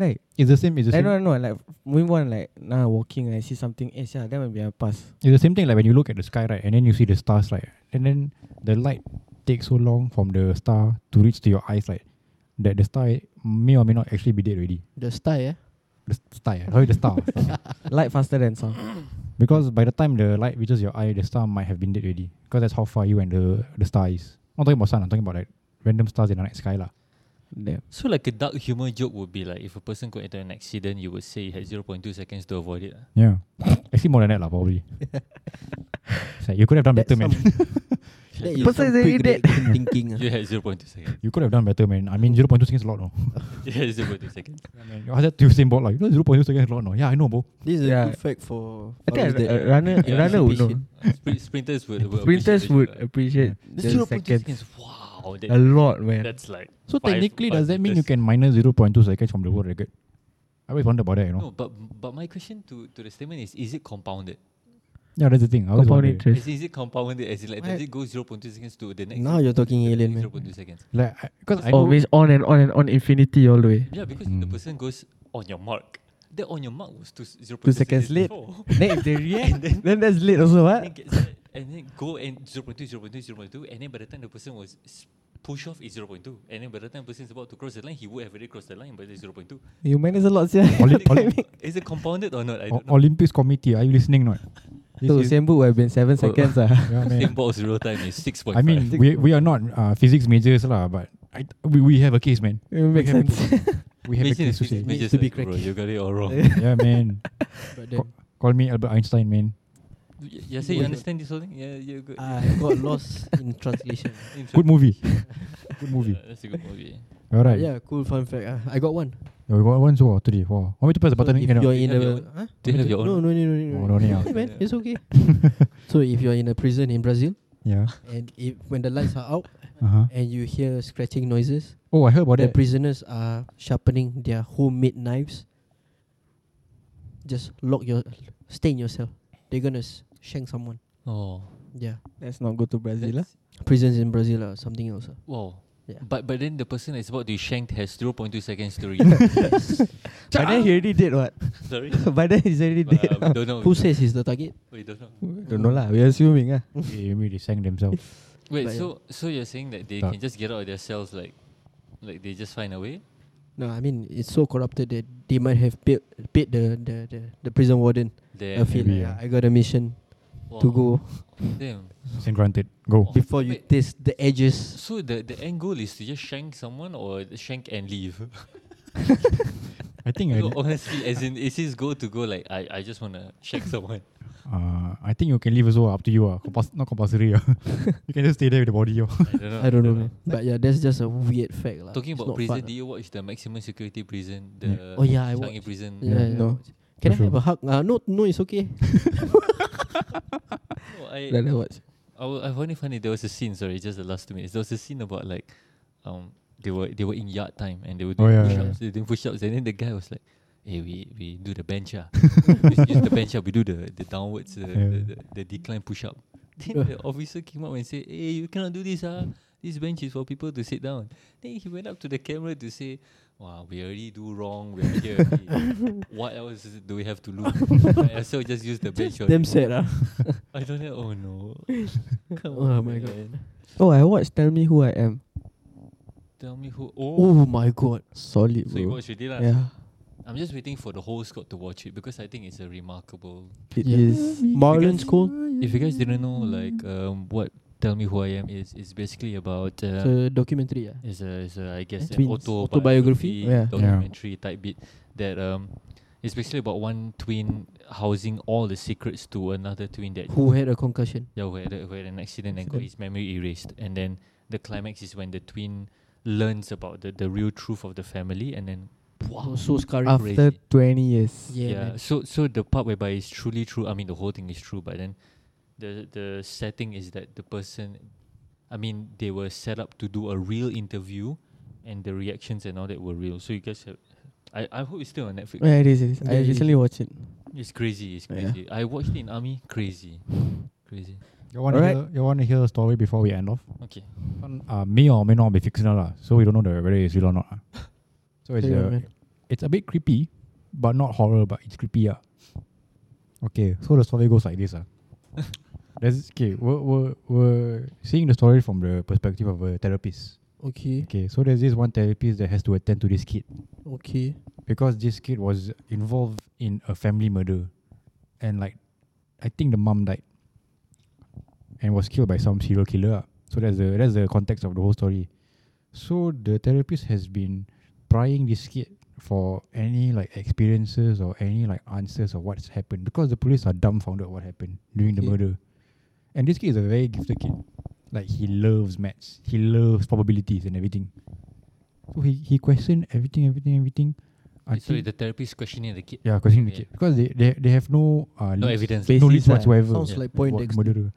S1: Right.
S3: It's the same. It's the
S1: I
S3: same.
S1: don't know, like moving on, like now walking, I see something, eh, yeah, that might be a pass.
S3: It's the same thing like when you look at the sky, right, and then you see the stars, right, and then the light takes so long from the star to reach to your eyes, right, that the star may or may not actually be dead already.
S2: The star, eh?
S3: The s- star, yeah. sorry, the star. (laughs)
S1: Light faster than sound.
S3: because by the time the light reaches your eye, the star might have been dead already. Because that's how far you and the the star is. I'm not talking about sun. I'm talking about like random stars in the night sky, lah.
S1: Damn.
S4: so like a dark humor joke would be like if a person got into an accident, you would say you had 0.2 seconds to avoid
S1: (laughs)
S4: it. ah.
S3: Yeah, (laughs) actually more than that, lah, probably. It's like, you could have done better,
S4: (laughs)
S3: man.
S2: That is
S4: You-
S1: Person
S2: some
S1: is already
S2: quick
S1: dead.
S2: (laughs) reaction thinking. ah.
S4: You had 0.2 seconds. (laughs)
S3: You could have done better, man. I mean, 0.2 seconds is a lot, no.
S4: You had 0.2 seconds.
S3: Yeah, man. You ask that to Usain Bolt, like, you know, 0.2 seconds is a lot, no. Yeah, I know, bro.
S2: This is
S1: Yeah.
S2: a good fact for.
S1: I think a,
S2: for us Oh,
S3: uh,
S2: that-
S1: a (laughs) runner, a
S4: Yeah,
S1: runner would know.
S2: appreciate.
S4: Spr- Uh, sprinters would. would
S1: Sprinters
S4: appreciate
S1: would
S4: it,
S1: appreciate
S4: but-
S1: the
S4: 0.2
S1: seconds
S4: Wow,
S1: a
S4: that,
S1: lot, man.
S4: that's like.
S3: So
S4: five-
S3: technically,
S4: five
S3: does that mean you
S4: meters.
S3: can minus zero point two seconds from the world record? I always wonder about that. You know,
S4: No, but but my question to, to the statement is: Is it compounded?
S3: Yeah, that's the thing. I was
S1: Compound
S3: wondering.
S1: interest.
S4: Is, is it compounded as in like does
S1: Why-
S4: it go 0.2 seconds to the next
S2: Now you're talking alien, man.
S4: zero point two seconds.
S3: Like, because I, know-
S1: Always on and on and on infinity all the way.
S4: Yeah, because the
S3: Mm.
S4: person goes on your mark. Then on your mark was two s- 0.2
S1: Two seconds late.
S4: before.
S1: then if they
S4: And
S1: react,
S4: then-
S1: then, that's late also,
S4: and then
S1: what?
S4: gets, it, and then go and 0.2, 0.2, 0.2, and then by the time the person was s- push off is 0.2, and then by the time person is about to cross the line, he would have already crossed the line, but it's 0.2.
S1: You manage a lot, yeah.
S2: (laughs)
S3: Oli-
S4: Is it-
S3: Oli-
S4: is it compounded or not? I
S3: O-
S4: don't know.
S3: Olympics Committee, are you listening
S4: (laughs)
S3: or not?
S1: (laughs)
S3: This
S1: So
S3: is-
S1: same book would have been seven
S4: Oh.
S1: seconds. ah.
S3: yeah, man.
S4: Same box real time is 6.5.
S3: I mean, we, we are not uh, physics majors lah, but I, we, we have a case, man.
S1: (laughs) It makes
S3: Okay,
S1: sense.
S3: We have a
S4: Imagine
S3: case
S4: if
S3: to
S4: this
S3: say.
S4: is major
S2: Needs to be
S4: cycle, bro,
S2: cracked.
S4: you got it all wrong.
S3: yeah, man.
S2: But then
S3: Call me Albert Einstein, man.
S4: Y- You say you
S2: Wait.
S4: understand this whole thing? Yeah, you're good.
S2: I got lost in translation.
S3: Good movie.
S4: (laughs)
S3: Good movie.
S4: Yeah, that's a good movie.
S3: All right. Yeah.
S2: Yeah, cool fun fact. ah. I got one.
S3: We got one so today. Wow. Want me to press the
S2: So
S3: button
S2: if
S3: again? or
S2: you're
S3: not?
S2: in
S4: have your
S2: a
S4: own?
S2: huh?
S4: Do you have your
S2: No,
S4: own?
S2: no, no, no, no.
S3: Oh,
S2: no.
S3: no need ah.
S2: Hey, man,
S4: Yeah.
S2: it's
S3: (laughs)
S2: okay. so if you're in a prison in Brazil
S3: Yeah.
S2: and if when the lights are out
S3: Uh-huh.
S2: and you hear scratching noises,
S3: Oh, I heard about
S2: the
S3: that.
S2: prisoners are sharpening their homemade knives. Just lock your stain yourself. They're gonna s- shank someone.
S4: Oh,
S2: Yeah,
S1: (laughs) Let's not go to Brazil. ah.
S4: that's-
S2: prisons in Brazil or something else. ah.
S4: wow.
S2: Yeah.
S4: But but then the person that's about to be shanked has 0.2
S2: (laughs)
S4: seconds to read.
S1: But then he already did what?
S4: (laughs) Sorry.
S1: But then he's already
S4: But,
S1: dead.
S4: uh, we don't know.
S2: Who says he's the target?
S4: We don't know.
S1: (laughs) Don't know lah. We're assuming ah.
S3: They really sang themselves.
S4: Wait,
S2: But yeah.
S4: so so you're saying that they
S3: Tak.
S4: can just get out of their cells like like they just find a way?
S2: No, I mean it's so corrupted that they might have paid paid the the, the, the prison warden
S4: They
S2: a fee.
S3: maybe,
S2: like,
S3: yeah.
S2: "Ah, I got a mission to go
S4: Damn.
S3: And granted, go.
S4: Oh,
S2: before you
S4: wait.
S2: taste the edges.
S4: So the the end goal is to just shank someone or shank and
S2: (laughs)
S4: leave. (laughs)
S3: I think I,
S4: no, honestly, as in is his goal to go like I, I just wanna shank
S2: (laughs)
S4: someone.
S3: uh, I think you can leave as well. Up to you. Uh. Compuls- not compulsory. ah. (laughs) you can just stay there with the body. Uh.
S4: I
S2: I
S4: don't know.
S2: don't know, man. But yeah, that's just a weird fact, lah. It's
S4: Talking
S2: not
S4: about prison,
S2: fun, ah.
S4: did
S2: lah.
S4: you watch the maximum security prison? The
S3: Yeah.
S2: Oh, yeah, I
S4: Changi
S2: watched.
S4: prison.
S2: Yeah, yeah.
S1: No.
S2: Can I
S3: For
S2: have a hug? Uh, no, no, it's okay.
S4: No, I,
S1: Let her watch.
S4: I, wa- I only funny there was a scene. Sorry, just the last two minutes. There was a scene about like, um, they were they were in yard time and they were
S3: Oh,
S4: doing
S3: yeah,
S4: push
S3: yeah,
S4: ups.
S3: yeah.
S4: They were doing push ups, and then the guy was like, "Hey, we we do the bench ah, (laughs) we s- use the bench up. We do the the downwards, uh,
S3: Yeah.
S4: the, the the decline push up." Then
S3: (laughs)
S4: the officer came up and said, "Hey, you cannot do this ah. This bench is for people to sit down." Then he went up to the camera to say. Wow, we already do wrong. We're here. already.
S3: (laughs)
S4: what else is- do we have to lose? Might as well just use the bench.
S2: Damn
S4: already."
S2: sad, ah.
S4: I don't know. Oh no. Come
S2: Oh
S4: on,
S2: my god.
S4: man.
S1: Oh, I watched Tell Me Who I Am.
S4: Tell me who. Oh,
S2: Oh my god.
S1: Solid,
S4: so you
S1: bro.
S4: watched it, lah.
S1: Yeah.
S4: I'm just waiting for the whole squad to watch it because I think it's a remarkable.
S1: It
S2: Yeah.
S1: is.
S2: Marlon's cool.
S4: If you guys didn't know, like, um, what Tell Me Who I Am is, it's basically about.
S2: It's a
S4: Uh,
S2: documentary, yeah.
S4: is a, is a, I guess, an
S1: Twins.
S4: autobiography,
S2: Autobiography?
S1: Yeah. Yeah.
S4: documentary type bit that um, it's basically about one twin housing all the secrets to another twin that
S2: Who had a concussion?
S4: Yeah, who had, a, who had an accident and got
S1: Accident.
S4: his memory erased. And then the climax is when the twin learns about the, the real truth of the family and then
S2: Wow. Oh, So scarring.
S1: After
S4: crazy.
S1: 20 years.
S2: yeah. man.
S4: So so the part whereby it's truly true, I mean the whole thing is true, but then the the setting is that the person I mean they were set up to do a real interview and the reactions and all that were real. So you guys have I, I hope it's still on Netflix.
S1: Yeah, it is. It is. I
S2: Yeah, it
S1: recently
S2: is.
S1: watched it.
S4: It's crazy, it's
S1: Yeah.
S4: crazy. I watched it in army, crazy. Crazy.
S3: You want to
S1: Alright.
S3: hear, you want to hear a story before we end off?
S4: Okay.
S3: One, uh, may or may not be fictional lah, so we don't know the, whether it's real or not. lah. So it's
S2: Yeah,
S3: a,
S2: man.
S3: it's a bit creepy, but not horror, but it's creepy ah. Okay, so the story goes like this ah. There's okay, we're, we're, we're seeing the story from the perspective of a therapist.
S2: Okay.
S3: Okay, so there's this one therapist that has to attend to this kid
S2: Okay.
S3: because this kid was involved in a family murder, and like, I think the mom died, and was killed by some serial killer. ah. So that's the that's the context of the whole story. So the therapist has been prying this kid for any like experiences or any like answers of what's happened because the police are dumbfounded what happened during the
S2: Okay.
S3: murder, and this kid is a very gifted kid. Like he loves maths, he loves probabilities and everything. So he he questioned everything, everything, everything.
S4: Wait, sorry,
S3: until-
S4: the therapist questioning the kid.
S3: yeah, questioning the
S4: Okay.
S3: kid because they, they they have no uh,
S4: No
S3: leads,
S4: evidence.
S3: no
S1: Basis
S3: leads
S1: lah.
S3: whatsoever.
S2: Sounds
S4: Yeah.
S2: like point
S3: what
S2: Dexter.
S3: murderer.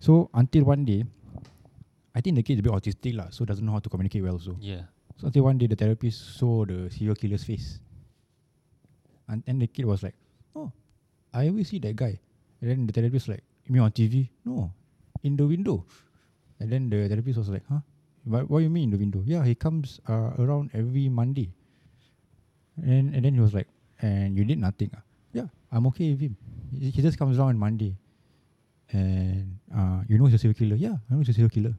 S3: So until one day, I think the kid is a bit autistic lah, so doesn't know how to communicate well. So
S4: Yeah.
S3: so until one day the therapist saw the serial killer's face, and then the kid was like, "Oh, I always see that guy. And then the therapist like, you mean on TV? No, in the window. And then the therapist was like, huh? What, what you mean in the window? Yeah, he comes uh, around every Monday. And and then he was like, and you did nothing? ah?" Yeah, I'm okay with him. He, he just comes around on Monday. And uh, you know he's a serial killer? Yeah, I know he's a serial killer.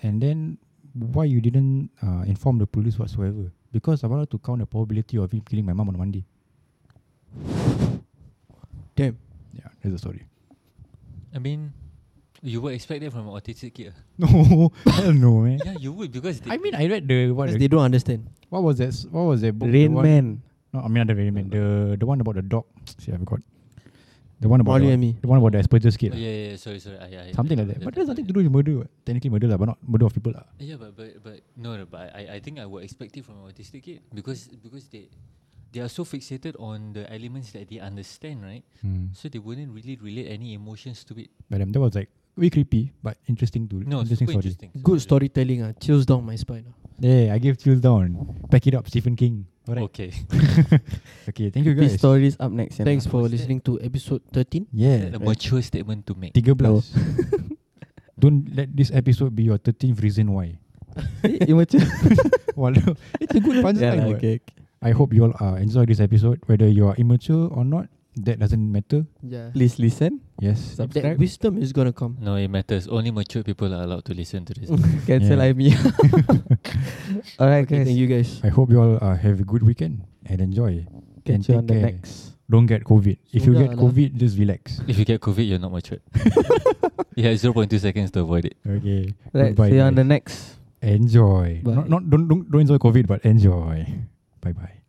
S3: And then why you didn't uh, inform the police whatsoever? Because I wanted to count the probability of him killing my mom on Monday.
S2: Damn.
S3: Yeah, that's the story. (laughs)
S4: I mean, you would expect that from an autistic kid. ah.
S3: No, hell no, man.
S4: yeah, you would because they,
S3: I mean, I read the what?
S2: Because
S3: The,
S2: they don't understand.
S3: what was that? s- What was that book? the
S1: Rain
S3: one-
S1: Man.
S3: No, I mean not the Rain Man. The the one about the dog. See, I forgot. The one about
S2: Molly
S3: the,
S2: and me.
S3: the one about the Asperger's kid.
S4: Oh,
S3: ah.
S4: yeah, yeah, yeah, sorry, sorry. Ah, yeah, yeah,
S3: Something
S4: that
S3: like that. But
S4: one, that
S3: that's
S4: one,
S3: nothing to
S4: yeah.
S3: do with murder. what. Technically murder lah, but not murder of people lah.
S4: Yeah, but but but no, no but I, I think I would expect it from an autistic kid because because they they are so fixated on the elements that they understand, right?
S2: Hmm.
S3: Mm.
S4: So they wouldn't really relate any emotions to it.
S3: But um, that was like very creepy, but interesting to
S4: No,
S3: interesting
S4: super
S3: story.
S4: interesting.
S2: Good
S4: super
S2: storytelling. Ah, chills down my spine. ah.
S3: Yeah, I gave chills down. Pack it up, Stephen King. Alright.
S4: interesting. Okay.
S3: (laughs) Okay, thank you
S1: These
S3: guys.
S1: stories up next. yeah, (laughs)
S2: Thanks
S1: nah.
S2: for
S4: was that?
S2: listening to episode 13.
S3: Yeah.
S4: (laughs) a mature statement to make.
S3: Tiga belas. (laughs) Don't let this episode be your 13th reason why.
S1: Eh,
S3: (laughs)
S1: immature.
S3: Walau, (laughs) it's a good
S1: yeah,
S3: punchline.
S1: lah,
S3: what.
S1: okay. okay.
S3: I hope you all uh, enjoy this episode. Whether you are immature or not, that doesn't matter.
S2: Yeah.
S1: Please
S3: (laughs)
S1: listen.
S3: Yes.
S2: That
S1: Subscribe.
S2: wisdom is gonna come.
S4: No, it matters. Only mature people are allowed to listen to this.
S1: Cancel
S3: Yeah. (laughs)
S1: IME. Alright, guys.
S2: Okay, thank you guys.
S3: I hope you all uh, have a good weekend and enjoy. and
S1: Catch you
S3: take
S1: on the
S3: care. (laughs)
S1: next.
S3: Don't get COVID. If you
S2: Sudah
S3: get
S2: lah.
S3: COVID, just relax.
S4: if you get COVID, you're not mature. you
S3: (laughs)
S4: have 0.2 seconds to avoid it.
S3: Okay.
S1: Right,
S3: Goodbye,
S1: see you on
S3: guys.
S1: the next.
S3: Enjoy.
S2: Bye.
S3: Not, not don't, don't don't enjoy COVID, but enjoy. Bye bye.